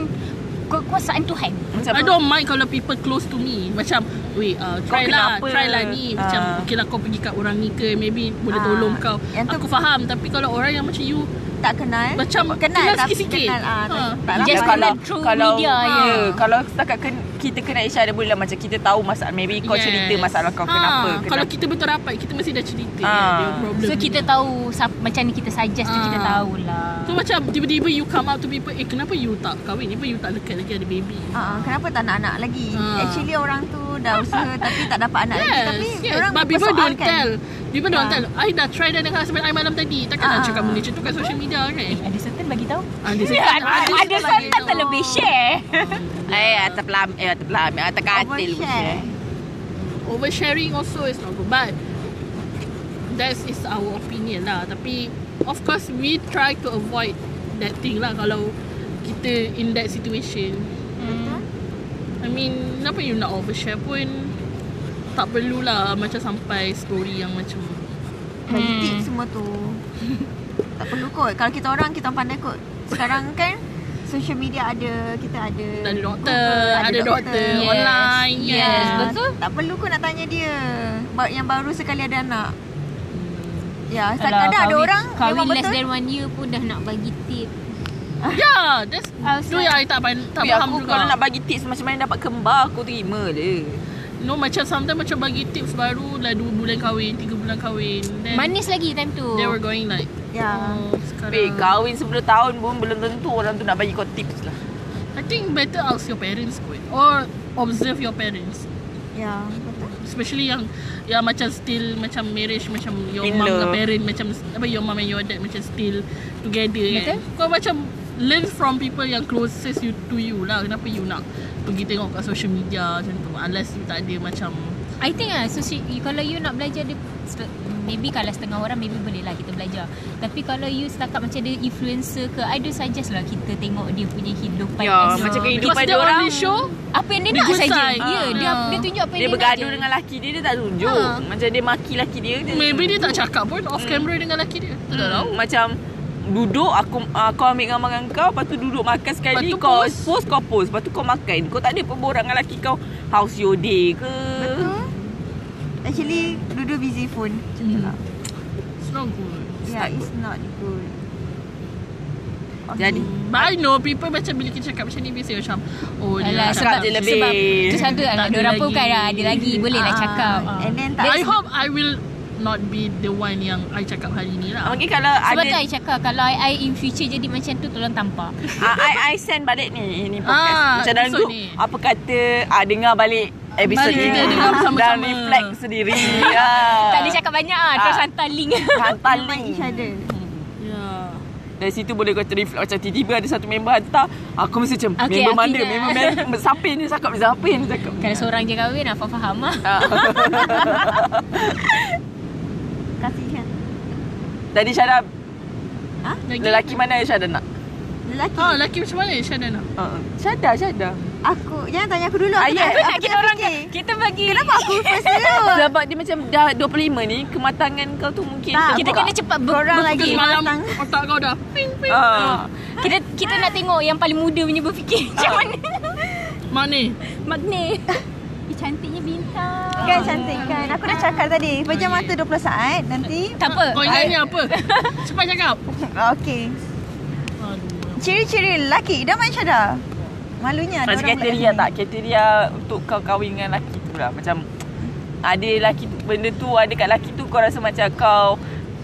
B: Kekuasaan Tuhan
C: Macam
D: I don't mind kalau people close to me Macam Weh uh, try
C: Kau
D: lah
C: kenapa?
D: Try lah ni
C: Ah.
D: Macam okay lah kau pergi kat orang ni ke Maybe boleh
A: Ah.
D: tolong kau
A: Yang tu-
D: Aku faham Tapi kalau orang yang macam you
A: Tak kenal
D: Macam
A: Kenal
D: kenal
A: tapi
D: sikit-sikit.
A: kenal ah, tak-
D: Ha.
A: tak lama.
B: Just
C: Ya,
B: kenal through media,
C: ya.
B: ya.
C: Kalau setakat ken, kita kena Aisyah ada boleh lah macam kita tahu masalah maybe kau yes. cerita masalah kau kenapa,
D: ha,
C: kenapa.
D: Kalau kita betul rapat Kita mesti dah cerita
C: Ah.
D: your problem
B: So kita
D: ni.
B: tahu sa- Macam ni kita suggest tu Kita
D: Ah.
B: tahulah
D: So macam tiba-tiba you come out to people Eh kenapa you tak kahwin Kenapa you tak lekat lagi ada baby
A: Ah, ah, kenapa tak nak anak lagi?
D: Ah.
A: Actually orang tu dah usaha tapi tak dapat anak lagi
D: Yes,
A: tapi
D: yes.
A: orang
D: But people don't
A: persoalkan.
D: tell. People don't
A: Ah.
D: tell. I dah try dan dengan husband I malam tadi. Takkan
A: Ah.
D: nak cakap benda macam tu kat social media kan?
C: Ada certain bagi tahu.
D: Ah, dia
B: Ya,
D: cakap,
B: ada,
D: ah,
B: ada
D: dia
B: santan
D: cakap,
B: terlebih share.
C: Eh, atas pelam, eh atas pelam, atas katil pun
A: Overshare.
C: share.
D: Oversharing also is not good. But that is our opinion lah. Tapi of course we try to avoid that thing lah kalau kita in that situation. I mean, kenapa you nak overshare pun tak perlulah macam sampai story yang macam
A: Politik semua tu Tak perlu kot Kalau kita orang Kita orang pandai kot Sekarang kan Social media ada Kita ada
D: Ada doktor,
A: Google,
D: ada doktor
B: Yes.
D: online.
B: Yes,
D: kan.
A: Ah,
B: betul.
A: Tak perlu kot nak tanya dia Ba- Yang baru sekali ada anak Ya
B: Kalau
A: Kadang-kadang ada
B: kahwin-
A: orang
B: Kahwin
A: Memang
B: less
A: betul
B: than one year pun dah nak bagi tip.
D: Yeah, that's
B: Outside.
D: tu yang I tak, pan- tak
C: Tapi
D: faham
C: aku
D: juga.
C: kalau nak bagi tips macam mana dapat kembar, aku terima je.
D: No, macam sometimes macam bagi tips baru lah 2 bulan kahwin, 3 bulan kahwin. Then
C: Hmm.
B: Manis lagi time tu.
D: they were going like,
A: Ya
D: oh, sekarang.
C: Tapi kahwin 10 tahun pun belum tentu orang tu nak bagi kau tips lah.
D: I think better ask your parents kot. Or observe your parents.
A: Ya Betul
D: Especially yang yang macam still macam marriage macam your
C: In
D: mum
C: love.
D: dengan parent macam apa your mum and your dad macam still together
B: Betul.
D: kan. Kau macam learn from people yang closest you to you lah. Kenapa you nak pergi tengok kat social media macam tu unless you tak ada macam
B: I think ah so she, you, kalau you nak belajar dia se- maybe kalau setengah orang maybe boleh lah kita belajar. Tapi kalau you setakat macam dia influencer ke, I do suggest lah kita tengok dia punya hidupan.
C: Ya,
B: as-
C: macam kehidupan
D: because
C: dia
D: dia
C: orang.
D: only show
B: apa yang dia,
D: Dia
B: nak
D: good
B: saja.
D: side.
B: Ya, yeah, dia
D: Ah.
B: dia tunjuk apa yang
C: Dia
B: dia,
C: bergaduh
B: nak je.
C: dengan laki dia, dia tak tunjuk.
D: Ha.
C: Macam dia maki laki dia. dia
D: Maybe dia tak cakap pun off camera dengan lelaki dia. Tak
C: Hmm,
D: tahu.
C: Macam duduk aku uh, kau ambil gambar dengan kau lepas tu duduk makan sekali
D: Lepas tu
C: kau
D: post.
C: post. kau post lepas tu kau makan kau tak ada perborak dengan laki kau how's your day ke
A: Betul Actually Dudu busy phone Macam tu lah
D: It's not good.
A: Ya it's not good
C: Jadi.
D: But I know people macam bila kita cakap macam ni biasa macam oh dia
B: Alah,
D: tak
B: sebab,
C: cakap je lebih.
B: sebab tu satu
D: Tak
B: lah.
D: ada
B: Diorang pun
D: lagi.
B: kan ah, ada lagi. Boleh lah
A: Ah,
B: cakap. ah.
A: And then tak
D: I hope I will not be the one yang I cakap hari ni lah.
C: Ah, mungkin kalau
B: Sebab tu
C: ada
B: I cakap kalau I, I in future jadi macam tu tolong tampak.
C: Ah, I, I send balik ni ni podcast
D: Ah,
C: macam dalam
D: episode
C: grup
D: ni.
C: apa kata ah, dengar balik episode
D: Balik
C: ni
D: kita dengar bersama-sama.
C: dan reflect sendiri ah.
B: Tak ada cakap banyak ah, terus
C: Ah.
B: hantar link.
C: hantar
A: Memang
C: link
A: each other
D: Yeah.
C: Dari situ boleh kau reflect Macam tiba-tiba ada satu member hantar Aku mesti macam
B: Okay,
C: okay, Member mana
B: akhirnya.
C: Member mana Siapa ni cakap Siapa ni cakap
A: Kan,
B: Kalau seorang je kahwin apa faham ah.
C: Ah.
A: Kasihan
C: Tadi Syara
D: Lagi?
C: Lelaki mana yang Syara nak
A: Lelaki
D: Ah, lelaki macam mana Syana nak?
C: uh, Syara Syara
A: Aku Jangan tanya aku dulu
C: Ah,
A: Aku
C: yes.
A: tak
C: Aku
A: nak kita orang
B: Kita bagi
A: Kenapa aku first dulu
C: Sebab dia macam Dah 25 ni Kematangan kau tu mungkin
A: Tak,
B: kita kena cepat ber,
A: Korang
B: ber,
A: lagi
D: Ke semalam
A: matang.
D: otak kau dah ping ping.
A: Ah.
C: uh,
B: kita kita nak tengok yang paling muda punya berfikir macam mana.
D: Mak ni.
B: Magne. Eh cantiknya bintang.
A: Kan cantik kan Aku dah cakap tadi Pejam mata 20 saat Nanti
B: Tak apa.
D: Kau ingat ni apa? Cepat cakap.
A: Okay
D: Aduh.
A: Ciri-ciri lelaki Dah main Syada Malunya ada orang
C: Macam
A: pula
C: kriteria
A: kat
C: tak
A: sini.
C: Kriteria Untuk kau kahwin dengan lelaki tu lah Macam Ada lelaki Benda tu Ada kat lelaki tu Kau rasa macam kau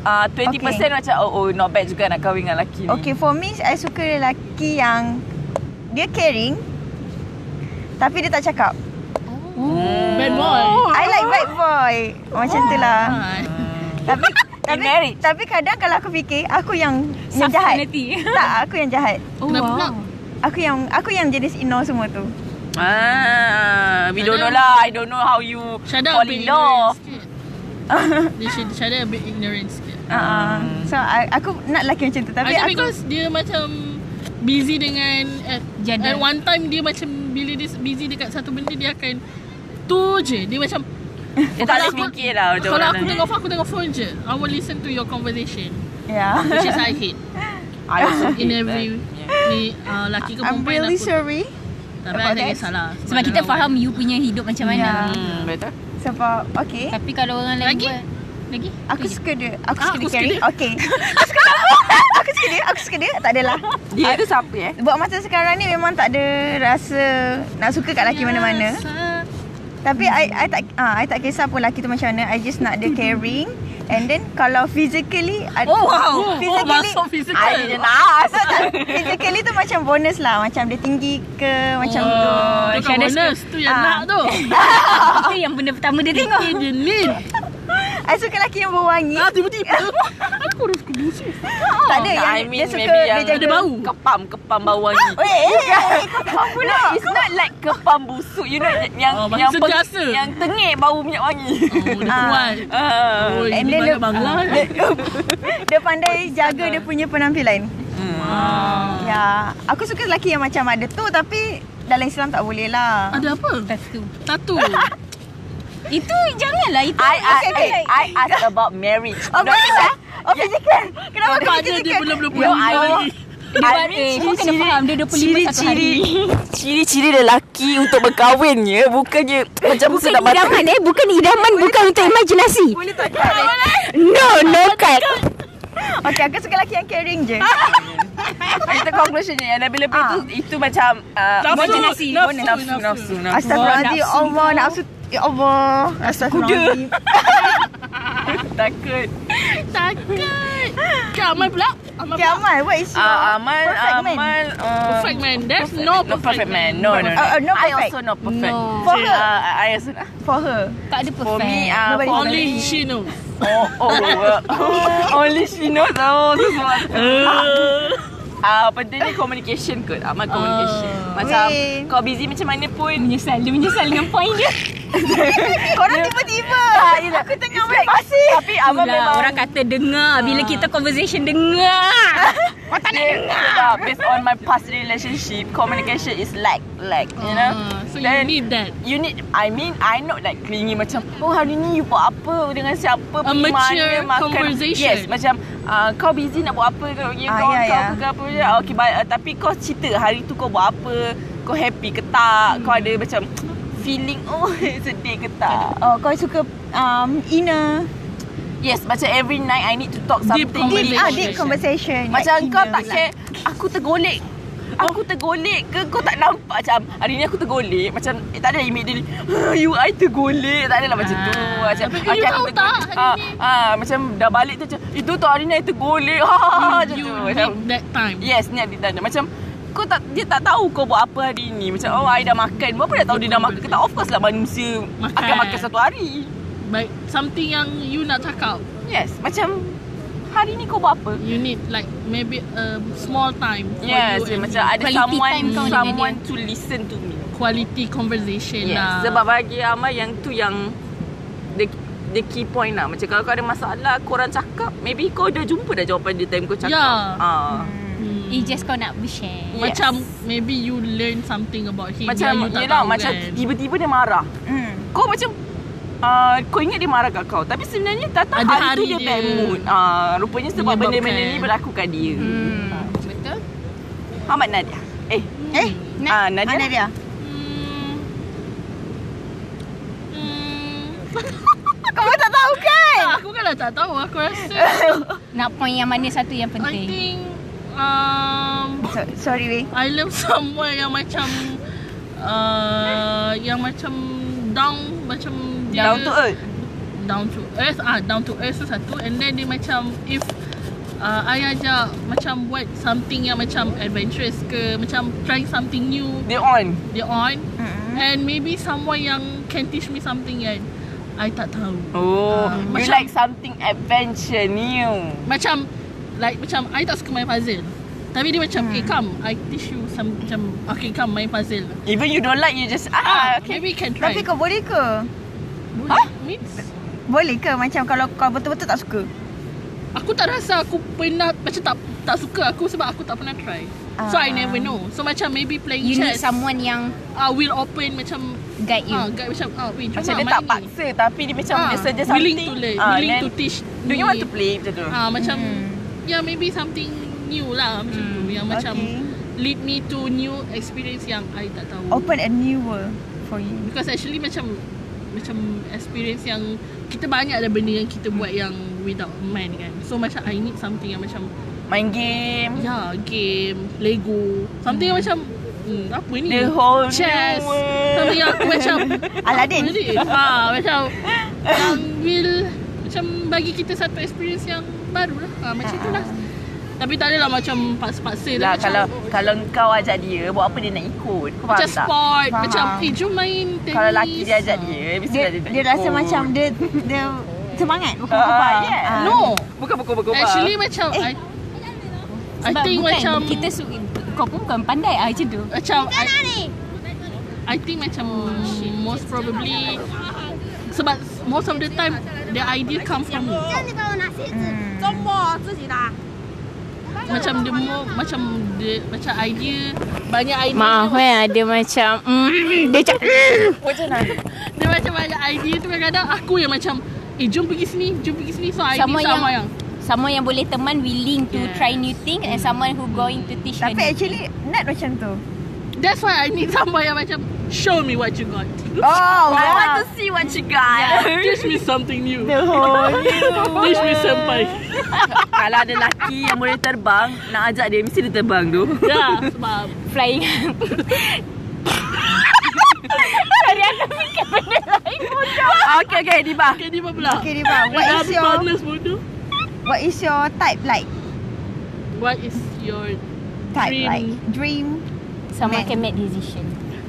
C: uh, 20%
A: Okay.
C: macam oh, oh not bad juga Nak kahwin dengan lelaki ni
A: Okay for me I suka lelaki yang Dia caring Tapi dia tak cakap
C: Hmm.
D: Bad boy.
A: I like bad boy Macam tu lah
D: Ah.
A: Tapi
C: In
A: tapi,
C: marriage.
A: tapi kadang kalau aku fikir Aku yang, yang
B: Suffer
A: jahat
B: nanti.
A: Tak aku yang jahat
B: Oh,
D: Kenapa pula?
A: Aku yang aku yang jenis ignore semua tu
C: Ah, we don't know lah. I don't know how you
D: Syada a
C: fall
D: bit
C: in
D: ignorant
C: love.
D: sikit. Dia Syada- Syada a bit ignorant sikit.
A: Ah, So I, aku nak lelaki macam tu Tapi
D: I think
A: aku
D: because dia macam busy dengan at,
B: Janda.
D: at one time dia macam bila dia busy dekat satu benda dia akan tu je dia macam
C: Dia tak
D: kalau
C: boleh
D: aku-
C: fikir lah macam
D: kalau
C: orang
D: aku
C: lain.
D: tengok phone aku tengok phone je I will listen to your conversation
A: Yeah
D: which is I hate
C: I also hate
D: in every
C: that. Yeah.
D: ni uh, laki ke
A: I'm
D: perempuan
A: really
D: aku
A: sorry
D: tapi I
A: about
D: tak
A: that.
D: kisahlah
B: Sebab kita
D: dia
B: faham you punya hidup macam
A: Ya.
B: mana.
C: Hmm, betul.
A: Sebab Okay
B: Tapi kalau orang lain
D: Lagi?
B: buat- lagi?
A: Ya. Aku
B: Lagi?
A: suka dia Aku
D: Ah,
A: suka
D: aku
A: dia
D: suka
A: caring
D: dia.
A: Okay Aku suka dia Aku suka dia Tak adalah
C: Dia tu siapa eh?
A: Buat masa sekarang ni Memang tak ada rasa Nak suka kat
D: Ya,
A: lelaki mana-mana
D: Biasa.
A: Tapi I, I tak ah, I tak kisah pun lelaki tu macam mana I just nak dia caring And then kalau physically I-
C: Oh, wow.
D: Oh,
A: Physically
D: masuk physical.
A: I didn't ask So, tak- Physically tu macam bonus lah Macam dia tinggi ke Macam tu
D: Oh, tu
B: Shadow
D: kan bonus tu yang
A: Ah.
D: nak tu.
B: Itu yang benda pertama dia tengok
D: Ini dia Oh, need.
A: I suka lelaki yang berwangi
D: Ah tiba-tiba aku harus kudusu.
A: Tak ada yang
C: Oh, I mean
A: Dia suka
C: maybe yang Ya.
A: dia jaga
D: ada bau.
C: Kepam Kepam bau wangi
A: Eh, eh, eh, kau faham pula.
C: No, it's not like kepam busuk You know Yang
D: Oh, bagi
C: yang,
D: sentiasa.
C: yang tengik bau minyak wangi
D: Oh, dia
A: Ah.
D: kuat.
C: Ah.
D: Oh,
A: And
D: ini
A: then
D: banyak
A: dia-
D: bangla.
A: Dia pandai jaga dia punya penampilan
D: Ah.
A: Ya Aku suka lelaki yang macam ada tu Tapi dalam Islam tak boleh lah
C: Ah.
D: Ada apa?
B: Satu
D: Tatu.
B: Itu janganlah Itu
C: I, I,
A: Okay,
C: I, I ask about marriage
A: Oh,
C: Not
A: boleh lah
C: Ya.
A: Oh, physical Kenapa kau
D: Bapaknya
A: physical?
D: dia belum
C: No,
D: 25
C: I
D: lagi.
B: Dia buat eh, Kau kena faham Dia 25 satu hari
C: Ciri-ciri lelaki untuk berkahwin ya Bukannya macam
B: Bukan idaman eh Bukan idaman Bukan untuk imajinasi
A: Boleh tak cut eh?
B: No No cut
A: Okay aku suka lelaki yang caring je
C: Ah. Itu conclusionnya Yang lebih-lebih
A: Ah.
C: tu Itu macam uh,
D: Nafsu,
C: imajinasi.
D: nafsu,
C: Nafsu
D: nafsu.
C: Nafsu Nafsu
A: Astagfirullahaladzim Allah nafsu Ya Allah Astagfirullahaladzim
C: Takut
D: Takut. Kak Amal pula. Amal
A: Okay
D: pula.
A: Amal What is your
C: Ah, Amal
A: perfect man?
C: Amal uh,
D: Perfect man. There's no
C: No perfect man No no no,
A: Uh, uh, no
C: I
A: perfect.
C: also not perfect
B: No.
A: For her.
C: uh, I also not
A: For her
B: Tak ada perfect
C: For me uh,
A: Nobody-
C: for
D: Only
C: me-
D: she knows.
C: Oh, oh, oh. Only she knows oh, sesuatu. Ah, benda ni communication kot. Amat communication.
D: Ah.
C: Macam
A: Weh.
C: kau busy macam mana pun.
B: Menyesal Dia menyesal dengan point dia
C: Ya.
A: Korang tiba-tiba
C: Ah,
A: Aku tengah buat
C: pasir. Tapi Amat memang
B: Itulah, Orang kata dengar Bila kita conversation dengar
C: kau tak nak dengar. Based on my past relationship, communication is lack, lack, you know.
D: Ah, so you
C: Then-
D: need that.
C: You need I mean I not like clingy Macam Oh hari ni you buat apa Dengan siapa
D: A
C: pergi
D: mature
C: mana, makan.
D: conversation.
C: Yes Macam uh, Kau busy nak buat apa Kau pergi
A: Ah, ya,
C: kau, kau
A: ya.
C: apa ke apa je. Ah, okay, but, uh, Tapi kau cerita Hari tu kau buat apa Kau happy ke tak Kau
D: Hmm.
C: ada macam Feeling Oh sedih ke tak
A: Oh kau suka um, Inner
C: Yes Macam every night I need to talk something
D: Deep
A: Deep, ah, deep
D: Conversation.
A: conversation
C: Macam
A: Like
C: kau
A: inner.
C: tak
D: lah.
C: share Aku tergolek Aku tergolek ke Kau tak nampak Macam hari ni aku tergolek Macam eh, Tak ada lah immediately "Ah, You I tergolek Tak ada lah macam tu
D: Ah.
C: Macam
D: Tapi you tahu tak hari
C: ah,
D: ni?
C: ah, Macam dah balik tu macam Itu tu hari ni I tergolek ha, ha, ha, Macam
D: you
C: tu Macam
D: need that time.
C: Yes ni ada tanda Macam kau tak dia tak tahu kau buat apa hari ni. Macam oh I dah makan. Berapa dah tahu dia dah makan ke tak? Of course lah manusia
D: Makan.
C: akan makan satu hari.
D: But something yang you nak cakap,
C: Yes, macam hari ni kau buat apa?
D: you need like maybe a small time for
C: Yes,
D: you and
C: macam
D: him.
C: ada
B: Quality
C: someone
B: time kau dengan
C: someone to listen to me.
D: quality conversation
C: Yes,
D: lah.
C: sebab bagi Amal yang tu yang the, the key point lah. Macam kalau kau ada masalah, korang cakap, maybe kau dah jumpa dah jawapan dia time kau cakap.
D: Ya.
C: Ah.
D: Hmm.
B: It's just kau nak share
C: Yes.
D: Macam maybe you learn something about him
C: Macam,
D: yang you tak
C: yelah,
D: tahu
C: macam
D: kan.
C: tiba-tiba dia marah.
A: Hmm.
C: Kau macam Uh, kau ingat dia marah kat kau Tapi sebenarnya Datang
D: Ada
C: hari, tu
D: hari
C: dia,
D: dia.
C: bad mood uh, Rupanya sebab
D: Menyebabkan.
C: benda-benda ni Berlaku kat dia hmm.
B: Betul
C: Ahmad Nadia Eh
A: Eh
C: Ah,
A: Nadia.
C: Nadia.
A: Nadia
D: Hmm. Hmm.
A: Ah, Kau pun tak tahu kan
D: Tak, aku bukanlah tak tahu. Aku rasa
B: Nak point yang mana satu yang
D: I
B: penting
D: think um,
A: so, Sorry weh
D: I love someone yang macam uh, yang macam down macam dia-
C: Down to earth
D: down to earth ah down to earth tu satu and then dia macam if uh, I ajak macam buat something yang macam adventurous ke macam trying something new
C: Dia on
D: dia on
A: Mm-mm.
D: and maybe someone yang can teach me something yang I tak tahu
C: Oh
D: Ah,
C: You
D: macam-
C: like something adventure new
D: macam like macam I tak suka main puzzle tapi dia macam hmm. eh come I teach you some macam okay come main puzzle
C: Even you don't like You just Ah, okay
D: maybe you can try
A: Tapi kau boleh ke
D: Boleh.
C: Hah?
D: Means
A: Boleh ke macam kalau kau betul-betul tak suka
D: aku tak rasa aku pernah macam tak tak suka aku sebab aku tak pernah try. So I
A: Ah.
D: never know. So macam maybe playing
B: You need
D: chess
B: someone yang
D: uh, will open macam
B: Guide you
D: ah guide macam ah wait jom
C: Macam
D: lah,
C: dia
D: main
C: tak
D: ni.
C: paksa Tapi dia macam
D: Ah,
C: Dia suggest
D: willing
C: something
D: to learn,
C: Ah,
D: willing
C: then,
D: to teach.
C: Do you
D: me.
C: want to play Macam tu
D: Ah macam
A: Hmm.
D: yeah maybe something new lah macam tu yang macam
A: Okay.
D: lead me to new experience yang I tak tahu.
A: Open a new world For you
D: Because actually macam macam experience yang kita banyak ada benda yang
A: Hmm.
D: kita buat yang without a man kan. So macam I need something yang macam
C: Main game
D: Ya, game, Lego. Something yang macam hmm, apa ni?
C: The whole
D: Chess.
C: new world.
D: Something yang aku macam
A: Aladdin.
D: Aladdin. ha, macam yang will macam bagi kita satu experience yang baru lah. Ha, macam tu lah. Tapi tak adalah macam paksa-paksa. Tapi
C: Lah
D: macam,
C: kalau
D: oh,
C: kalau kau ajak dia buat apa dia nak ikut. Kau faham
D: macam
C: tak?
D: sport. Ah.
A: Faham.
D: Macam eh jom main tenis.
C: Kalau laki dia ajak dia, mesti
A: Dia,
C: dia, tak
A: dia rasa
C: ikut.
A: macam dia dia semangat bukan
C: Ah,
A: apa.
C: yes.
A: No.
D: No.
C: bukan bukan bukan.
D: Actually macam
A: Eh.
D: I,
B: Ah,
D: I think
B: bukan,
D: macam
B: kita su- kau pun bukan pandai ah macam tu.
D: macam I, I think macam most probably sebab most of the time the idea come from me.
B: Hmm.
D: Macam the more macam the macam idea banyak idea.
B: Maaf eh ada macam mm, dia macam mm.
D: Dia macam banyak idea tu kadang-kadang aku yang macam Eh jom pergi sini Jom pergi sini So idea
B: Sama
D: sama, sama
B: yang-
D: yang,
B: Someone yang boleh teman willing to
D: Yes.
B: try new thing and someone who going to teach
A: Tapi
B: her.
A: actually Nat macam tu.
D: That's why I need someone yang macam Show me what you got
A: Oh,
C: I want
A: wow.
C: to see what you got.
D: Teach me something new
A: The whole
D: Teach me senpai
C: Oh, ya. Kalau ada lelaki yang boleh terbang, nak ajak dia mesti dia terbang tu.
D: Ya sebab
B: flying.
C: okay okay Diba.
D: Okay ni apa pula
A: Okay, Diba, what
D: Dah
A: is your-
D: panas bodoh
A: What is your type like?
D: What is your
A: Type
D: Dream.
A: like dream.
B: Someone
A: Man.
B: can make decision.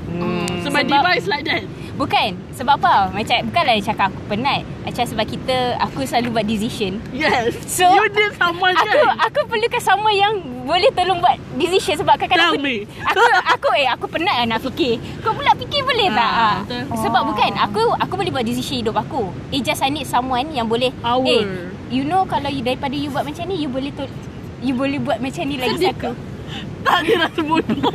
C: Hmm. Mm.
D: Sebab
B: Sebab-
D: Diva is like that
B: Bukan Sebab apa Macam Bukanlah cakap aku penat Macam sebab kita Aku selalu buat decision
D: Yes
B: So,
D: You need someone
B: Aku
D: kan
B: aku perlukan sama yang Boleh tolong buat decision Sebab
D: Tell
B: kadang-kadang aku,
D: me
B: aku Aku eh Aku penat lah nak fikir Kau pula fikir boleh tak
D: Ah,
B: ah,
D: betul.
B: Sebab
A: Oh.
B: bukan Aku aku boleh buat decision hidup aku Eh just I need someone Yang boleh
D: Our.
B: Eh You know Kalau you daripada you buat macam ni You boleh tol- You boleh buat macam ni lagi satu
D: Tak dia rasa bodoh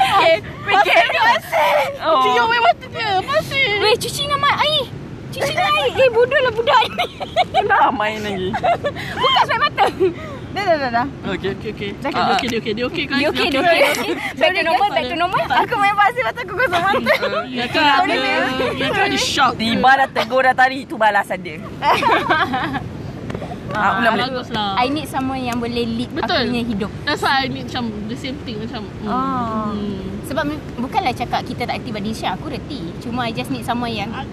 B: Eh,
C: Fikir pasal. Oh.
D: Dia main mata dia Masih
B: Weh cuci dengan mak air Cuci dengan air Eh bodoh lah budak ni
C: Dah main lagi.
B: Bukan sebab mata
A: Dah dah dah dah.
D: Okay okay okay
A: Dah
D: Dia Ah, okay dia okay Dia okay Uh,
B: Dia
D: guys
B: okay Dia okay, dia okay. Back to normal Back to normal
A: Aku main pasir mata aku kosong mata.
D: Ya kan ada Ya kan ada shock
C: Diba dah tegur dah tadi tu balasan dia. ah, ulang balik.
D: Bagus lah
B: I need someone yang boleh lead Betul. aku
D: Betul.
B: punya hidup.
D: That's why I need macam the same thing macam mm,
A: Ah.
D: mm.
B: Sebab mem- bukanlah cakap kita tak reti body Aku reti. Cuma I just need someone yang I,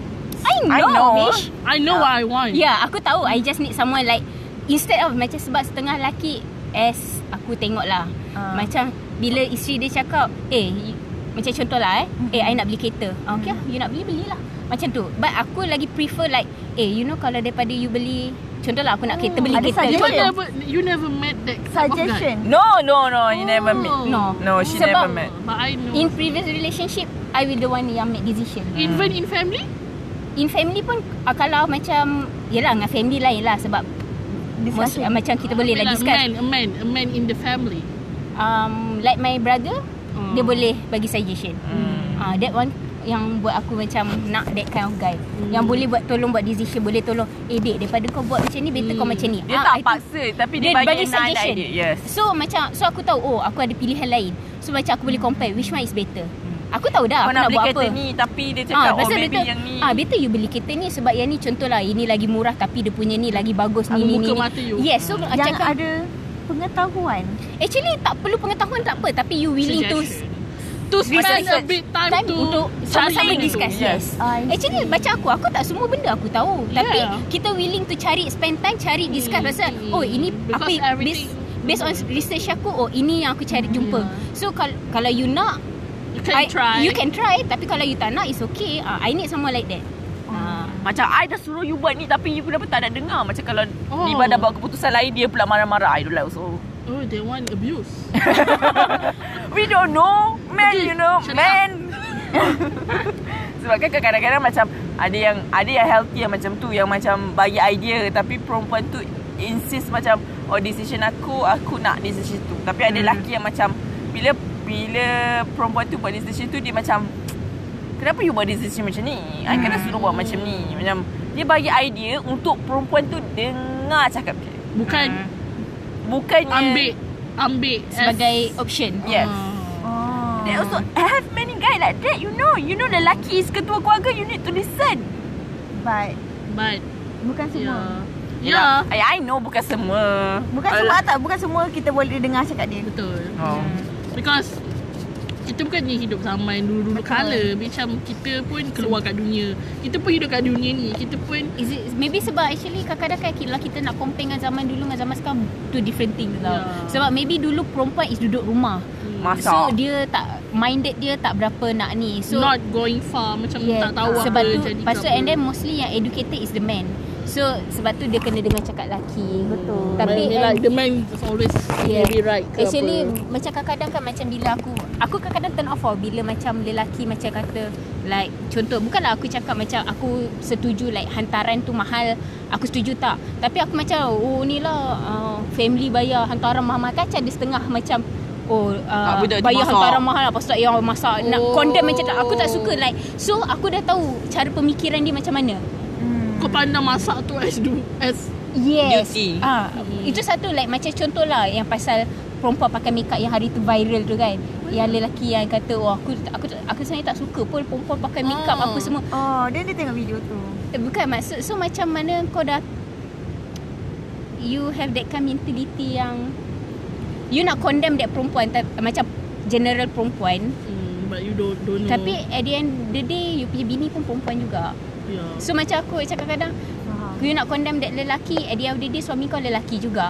B: know,
C: I know.
B: Bish.
D: I know what I want.
B: Ya, yeah, aku tahu. I just need someone like instead of macam sebab setengah lelaki as aku tengok lah.
A: Ah.
B: Macam bila isteri dia cakap, "Eh, you- macam contoh lah eh, eh I nak beli kereta." Ah, okay lah, you nak beli belilah. Macam tu. But aku lagi prefer like, "Eh, you know kalau daripada you beli Contoh lah aku nak kereta beli
A: ada
B: kereta
D: You
A: suggestion.
D: never you never met that type of guy. Oh.
A: Suggestion.
C: No no no, you never met.
B: No.
C: No,
B: Oh.
C: she
B: Sebab-
C: never met.
D: But I know.
B: In previous relationship I will the one yang make decision
D: even in family,
B: In family pun ah, Kalau macam Yelah dengan family lain lah Sebab most,
A: Discussion.
B: ah, Macam kita boleh lah
D: like a
B: discuss
D: man, a man, a man in the family.
B: um, Like my brother
D: Hmm.
B: Dia boleh bagi suggestion
C: Hmm.
B: Ah, That one yang buat aku macam nak that kind of guy hmm. yang boleh buat tolong buat decision boleh tolong eh dek daripada kau buat macam ni better kau
D: Hmm.
B: macam ni
C: Dia
B: Ah,
C: tak
B: I think-
C: paksa tapi dia,
B: dia bagi
C: bagi nine
B: suggestion. Ah,
C: idea. Yes.
B: So macam So aku tahu Oh aku ada pilihan lain So macam aku boleh compare Which one is better Aku tahu dah Aku
C: Kau
B: nak,
C: nak beli
B: buat
C: kereta
B: apa
C: ni tapi dia cakap oh
B: pasal
C: maybe
B: betul-
C: yang ni.
B: Ah, better you beli kereta ni sebab yang ni contohlah ini lagi murah tapi dia punya ni lagi bagus ni ni
D: Aku
B: ni.
D: muka
B: ni.
D: mata you.
B: Yes, so hmm.
A: Yang
B: cakap
A: ada pengetahuan.
B: actually tak perlu pengetahuan tak apa tapi you willing to
D: Suggestion. To spend a
B: research.
D: bit time,
B: time
D: to
B: untuk sama-sama
D: cari
B: discuss.
D: tu.
B: Yes.
A: Yes. I
B: Actually macam aku Aku tak semua benda aku tahu yeah. Tapi
D: Yeah.
B: kita willing to cari Spend time cari discuss
D: Hmm.
B: Pasal oh ini
D: Because
B: apa
D: everything-
B: based, based on research aku Oh ini yang aku cari jumpa yeah. So kalau, kalau you nak
D: You can try.
B: You can try Tapi kalau you tak nak It's okay uh, I need someone like that uh,
C: Ah. Macam I dah suruh you buat ni Tapi you kenapa tak nak dengar Macam kalau oh.
D: Oh.
C: Diba dah buat keputusan lain Dia pula marah-marah I don't like also
D: Oh, they want abuse.
C: We don't know Man
D: Pergi.
C: you know
D: Shut
C: Man Sebab kan kadang-kadang macam Ada yang Ada yang healthy yang macam tu Yang macam bagi idea Tapi perempuan tu Insist macam Oh decision aku Aku nak decision tu Tapi
D: Hmm.
C: ada lelaki yang macam Bila Bila perempuan tu buat decision tu Dia macam Kenapa you buat decision macam ni I kena suruh buat macam ni
D: Hmm.
C: Macam Dia bagi idea Untuk perempuan tu Dengar cakap dia
D: Bukan
C: Bukannya
D: ambil, ambil as- Ah,
B: Sebagai option
C: Yes
A: Oh.
C: They also have many guy like that You know You know lelaki is ketua keluarga You need to listen
A: But
D: But
A: bukan semua.
D: yeah,
C: Ya.
B: Ya.
C: I, I
D: yeah,
C: know bukan semua
A: Bukan semua tak, bukan semua kita boleh dengar cakap dia.
D: betul.
C: oh.
D: Because kita bukan ni hidup zaman dulu-dulu kala macam kita pun keluar kat dunia kita pun hidup kat dunia ni kita pun
B: Is it, maybe sebab actually kadang-kadang kayak kita, kita nak compare dengan zaman dulu dengan zaman sekarang two different things tau.
D: Yeah.
B: Sebab maybe dulu perempuan is duduk rumah.
C: Masak.
B: So dia tak minded dia tak berapa nak ni. So
D: so, not going far macam yeah, tak tahu
B: sebab
D: apa
B: tu,
D: jadi
B: Lepas tu
D: apa.
B: and then mostly yang educated is the man. So sebab tu dia kena dengar cakap laki.
A: Betul.
B: Hmm. Tapi
D: But,
B: and-
D: like the man is always
B: Yeah.
D: yeah. be right ke
B: Actually
D: apa.
B: macam kadang-kadang kan macam bila aku aku kadang-kadang turn off tau bila macam lelaki macam kata like contoh bukanlah aku cakap macam aku setuju like hantaran tu mahal aku setuju tak tapi aku macam oh ni lah uh, family bayar hantaran mahal kacau ada setengah macam Oh,
C: Tak,
B: uh,
C: budak tu
B: bayar
C: masak.
B: hantaran mahal lah Pasal yang masak Nak
D: Oh.
B: condemn macam tak Aku tak suka like So aku dah tahu Cara pemikiran dia macam mana
A: Hmm.
D: kau pandang masak tu as do as
B: Yes.
C: Duty.
B: Ah,
D: Mm.
B: itu satu like macam contoh lah yang pasal perempuan pakai makeup yang hari tu viral tu kan. Yang lelaki yang kata wah aku aku aku sebenarnya tak suka pun perempuan pakai makeup
D: Ah.
B: apa semua.
A: Oh, dia dia tengok video tu.
B: Eh, Bukan maksud so macam mana kau dah you have that kind mentality yang you nak condemn that perempuan ta- macam general perempuan
D: mm, but you don't don't know
B: tapi at the end the day you punya bini pun perempuan juga.
D: yeah.
B: So macam aku cakap kadang
A: Faham.
B: You nak condemn that lelaki eh, At the end of the day Suami kau lelaki juga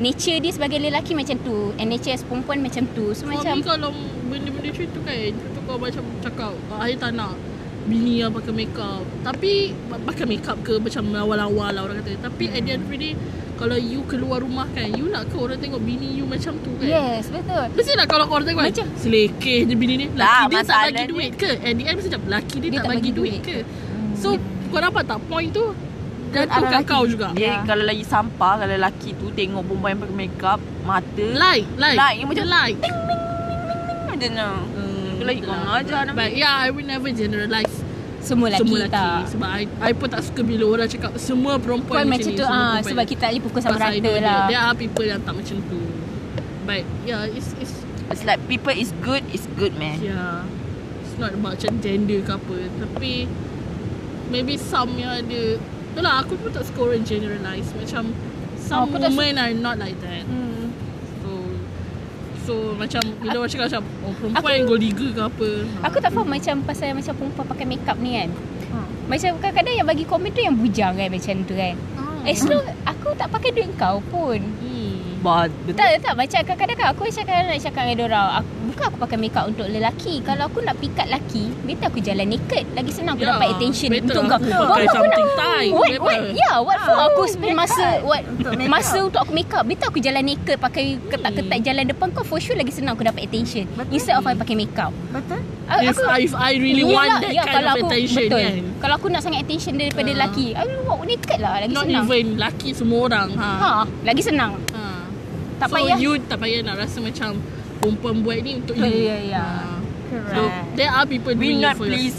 B: Nature dia sebagai lelaki macam tu And nature as perempuan macam tu So
D: macam
B: macam
D: kalau benda-benda macam tu kan Contoh kau macam cakap Ayah tak nak bini lah pakai makeup Tapi pakai makeup ke macam awal-awal lah orang kata Tapi at the end of the day Kalau you keluar rumah kan You nak ke orang tengok bini you macam tu kan
B: Yes betul
D: Mesti lah kalau orang tengok macam
B: Macam-
D: Selekeh je bini ni
C: Tak,
D: Laki dia tak
C: masalah
D: bagi
C: dia-
D: duit ke At the end mesti macam Laki dia, tak, bagi duit ke
A: Hmm.
D: So kau nampak tak point tu Jatuh
A: arah
D: kat
A: laki.
D: kau juga
C: Dia kalau lagi sampah Kalau lelaki tu Tengok perempuan yang pakai makeup Mata
D: Like Like
C: Like, you macam-
D: Dia like
C: Macam mana Aku lagi kau
D: aja.
C: ngajar nama
D: But yeah I will never generalize
B: Semua lelaki,
D: semua lelaki
B: tak
D: sebab I, I pun tak suka bila orang cakap semua perempuan
B: Perempuan macam
D: ni,
B: tu
D: semua
B: ah
D: perempuan
B: Sebab
D: ni.
B: kita tak boleh pukul sama
D: Pasal
B: rata
D: idol dia.
B: lah
D: there are people yang tak macam tu but yeah it's it's
C: It's like people is good It's good man
D: yeah it's not about macam gender ke apa tapi maybe some yang ada tu lah aku pun tak suka orang generalize macam some
B: Aku tak
D: women are not like that
B: hmm.
D: so so macam bila orang cakap macam oh, perempuan aku, gold digger ke apa
B: Aku tak faham macam Pasal macam perempuan pakai makeup ni kan
A: Ha.
B: Macam kadang-kadang yang bagi komen tu Yang bujang kan macam tu kan
D: Hmm.
B: As long aku tak pakai duit kau pun
D: hmm.
C: But
B: Tak tak macam kadang-kadang kan aku cakap nak cakap dengan dorang. Aku, bukan aku pakai makeup untuk lelaki. Kalau aku nak pick up lelaki, better aku jalan naked. Lagi senang aku
D: Yeah,
B: dapat attention
D: better lah
B: untuk
D: aku
B: kau.
D: pakai
B: Buat apa
D: something tight,
B: What
D: better.
B: what? Yeah, what for
A: Ah,
B: aku spend masa what
A: Untuk makeup.
B: masa untuk aku makeup. Better aku jalan naked pakai ketat-ketat jalan depan kau for sure lagi senang aku dapat attention.
A: Betul.
B: Instead of I pakai makeup.
A: Betul?
B: A-
D: If I, if I really
B: Yelah,
D: want that
B: yeah, ya,
D: kind
B: kalau
D: of
B: aku,
D: attention
B: betul.
D: kan
B: Kalau aku nak sangat attention daripada
D: Ah.
B: lelaki, I will walk naked lah lagi
D: Not
B: senang.
D: even laki semua orang ha.
B: Ha, lagi senang.
D: ha.
B: Tak
D: so
B: payah.
D: you tak payah nak rasa macam Perempuan buat ni untuk
B: Betul,
D: you
B: ya, ya.
A: Correct.
D: ha. So there are people
C: We
D: doing it
C: not
D: for you
C: please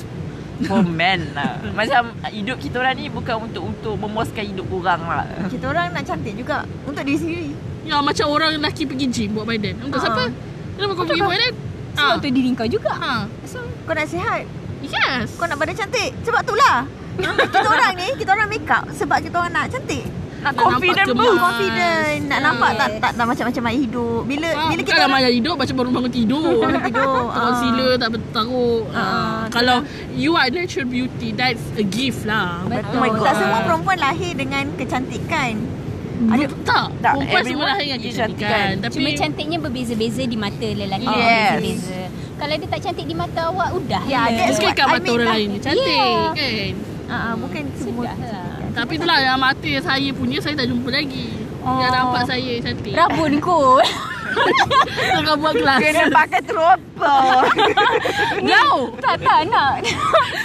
C: For men lah Macam Hidup kita orang ni Bukan untuk Untuk memuaskan hidup orang lah
A: kita orang nak cantik juga untuk diri sendiri.
D: Ya macam orang lelaki pergi gym buat badan Untuk
A: Ha.
D: siapa? Kenapa kau pergi buat badan? Ha.
B: Sebab tu diri kau juga.
D: ha.
A: So, kau nak sihat,
D: Yes
A: kau nak badan cantik. Sebab itulah. kita orang ni, kita orang make up sebab kita orang nak cantik.
C: Nak
D: nampak
C: confident
D: gemar.
C: pun
A: Nak confident, nak
D: Yes.
A: nampak tak tak, tak macam-macam air hidup. Bila
D: ha.
A: bila kita
D: Bukanlah
A: orang
D: malas hidup Macam baru bangun tidur
A: tidur.
D: Tak
A: ah.
D: concealer tak taruh ha.
A: Ah,
D: Kalau you are natural beauty That's a gift lah
A: Oh my
B: Betul.
A: God. Tak semua perempuan lahir dengan kecantikan.
D: Ada tak?
C: Tak,
D: Perempuan
C: everyone
D: semua lahir dengan
C: is
D: kecantikan
C: cantikan.
D: Tapi
B: Cuma cantiknya berbeza-beza di mata lelaki
D: Yes.
B: berbeza. Kalau dia tak cantik di mata awak, udah.
A: Ya,
B: lah.
A: that's
D: Bukan
A: what
D: kat
A: I
D: mata
A: mean
D: orang
A: lah.
D: lain Cantik
B: Yeah.
D: kan
A: Ah, ah, bukan semua.
B: Sudah
C: eh?
B: lah.
D: Tapi itulah yang mata saya punya saya tak jumpa lagi. Oh. Yang
A: Oh.
D: nampak saya cantik.
B: Rabun kot.
D: Tengah buat kelas.
C: Kena pakai teropong
D: No.
B: tak, tak nak.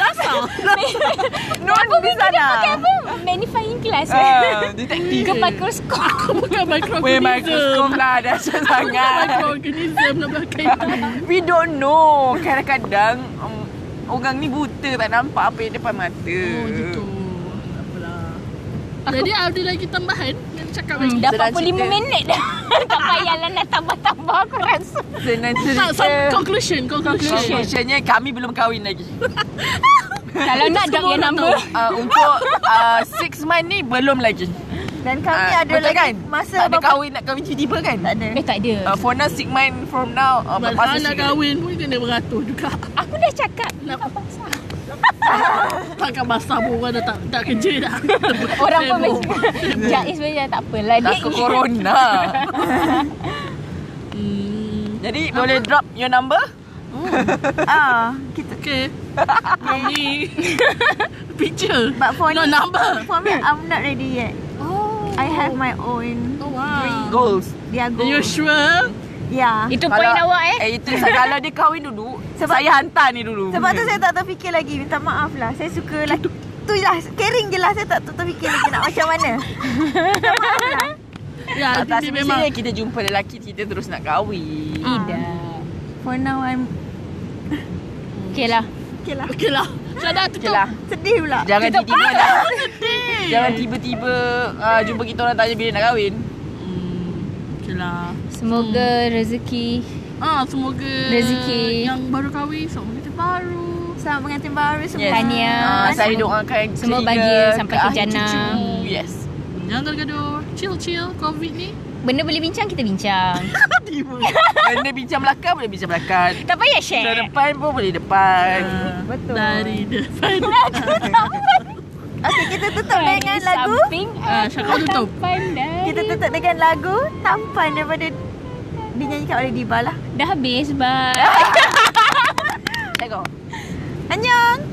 D: Dasar.
C: Non di sana
B: Pakai apa? Magnifying glass.
C: Ah, Detektif
B: Ke mikroskop.
D: Aku bukan
C: Weh
D: microorganism.
C: mikroskop lah Dahsyat sangat
D: Microorganism nak pakai itu.
C: We don't know Kadang-kadang um, Orang ni buta Tak nampak apa yang depan mata
D: Oh gitu. Tak apalah. Jadi ada lagi tambahan yang cakap
B: Hmm,
D: lagi.
B: dah
C: Sedang
B: 45
C: cerita.
B: minit dah. tak payahlah nak tambah-tambah aku rasa.
C: Senang
D: Tak, some
C: cerita
D: conclusion, conclusion.
C: Conclusionnya kami belum kahwin lagi
B: Kalau nak drop
D: semua
B: your
D: orang
B: number.
C: uh, Untuk 6 uh, six month ni Belum lagi
A: Dan kami
C: Ah,
A: ada
C: betul
A: lagi
C: kan?
A: masa
C: tak ada
A: berapa-
C: kahwin nak kahwin tiba-tiba kan?
A: Tak ada
B: Eh tak ada
C: Uh, for now, six months from now. Uh,
D: But
C: pasal
D: hal nak
C: six-
D: kahwin pun kena beratur juga
B: Aku dah cakap
D: Nak basah Takkan basah pun orang dah tak, tak kerja dah
B: Orang pun
D: Sibuk.
B: macam Jais sebenarnya eh, tak apalah Dia
C: Takut corona.
D: Hmm.
C: Jadi, boleh drop your number?
A: Ah, kita
D: Okay Only Picture
A: But for
D: No
A: me-
D: number
A: For me I'm not ready yet
D: Oh
A: I have my own
D: Oh wow
C: Goals.
A: Dia
D: Are
A: go
D: you sure?
A: Yeah
B: Itu poin awak eh
C: Eh, itu kalau dia kahwin dulu,
A: Sebab-
C: saya hantar ni dulu.
A: Sebab tu saya tak terfikir lagi Minta maaf lah Saya suka lelaki Tu lah Caring je lah Saya tak terfikir lagi Nak macam mana lah.
B: Ah,
D: Ya,
C: tak
D: tapi dia memang
C: semestinya kita jumpa lelaki kita terus nak kahwin. lah.
B: Tidak
D: Hmm.
A: For now I'm
B: Okay lah
A: Okay lah
D: Okay lah So dah
C: Okay
D: tutup
C: lah.
A: Sedih pula
C: Jangan tiba-tiba dah. Jangan tiba-tiba uh, jumpa kita orang tanya bila nak kahwin.
D: Hmm, Okay lah
B: Semoga rezeki
D: Ah, semoga
B: Rezeki.
D: yang baru kahwin semoga kita baru.
A: Selamat pengantin baru semua
C: Yes.
B: Tahniah.
C: Uh, saya doakan
B: Semua
C: sehingga
B: bahagia sampai ke
C: akhir
B: jannah.
C: cucu. Yes.
D: Jangan gaduh-gaduh. Chill-chill COVID ni.
B: Benda boleh bincang Kita bincang
C: Benda bincang belakang boleh bincang belakang.
B: Tak payah
C: Ke
B: share
C: depan pun boleh depan.
B: Hmm.
A: Betul
D: Ah, Dari depan.
A: Okay kita tutup dengan lagu
B: Kan, Samping eh,
D: Ah, Syakau tutup.
B: pandai
A: Kita tutup dengan lagu Tampan daripada Dinyanyikan oleh Diba lah
B: Dah habis Bye
C: Tengok.
A: Annyeong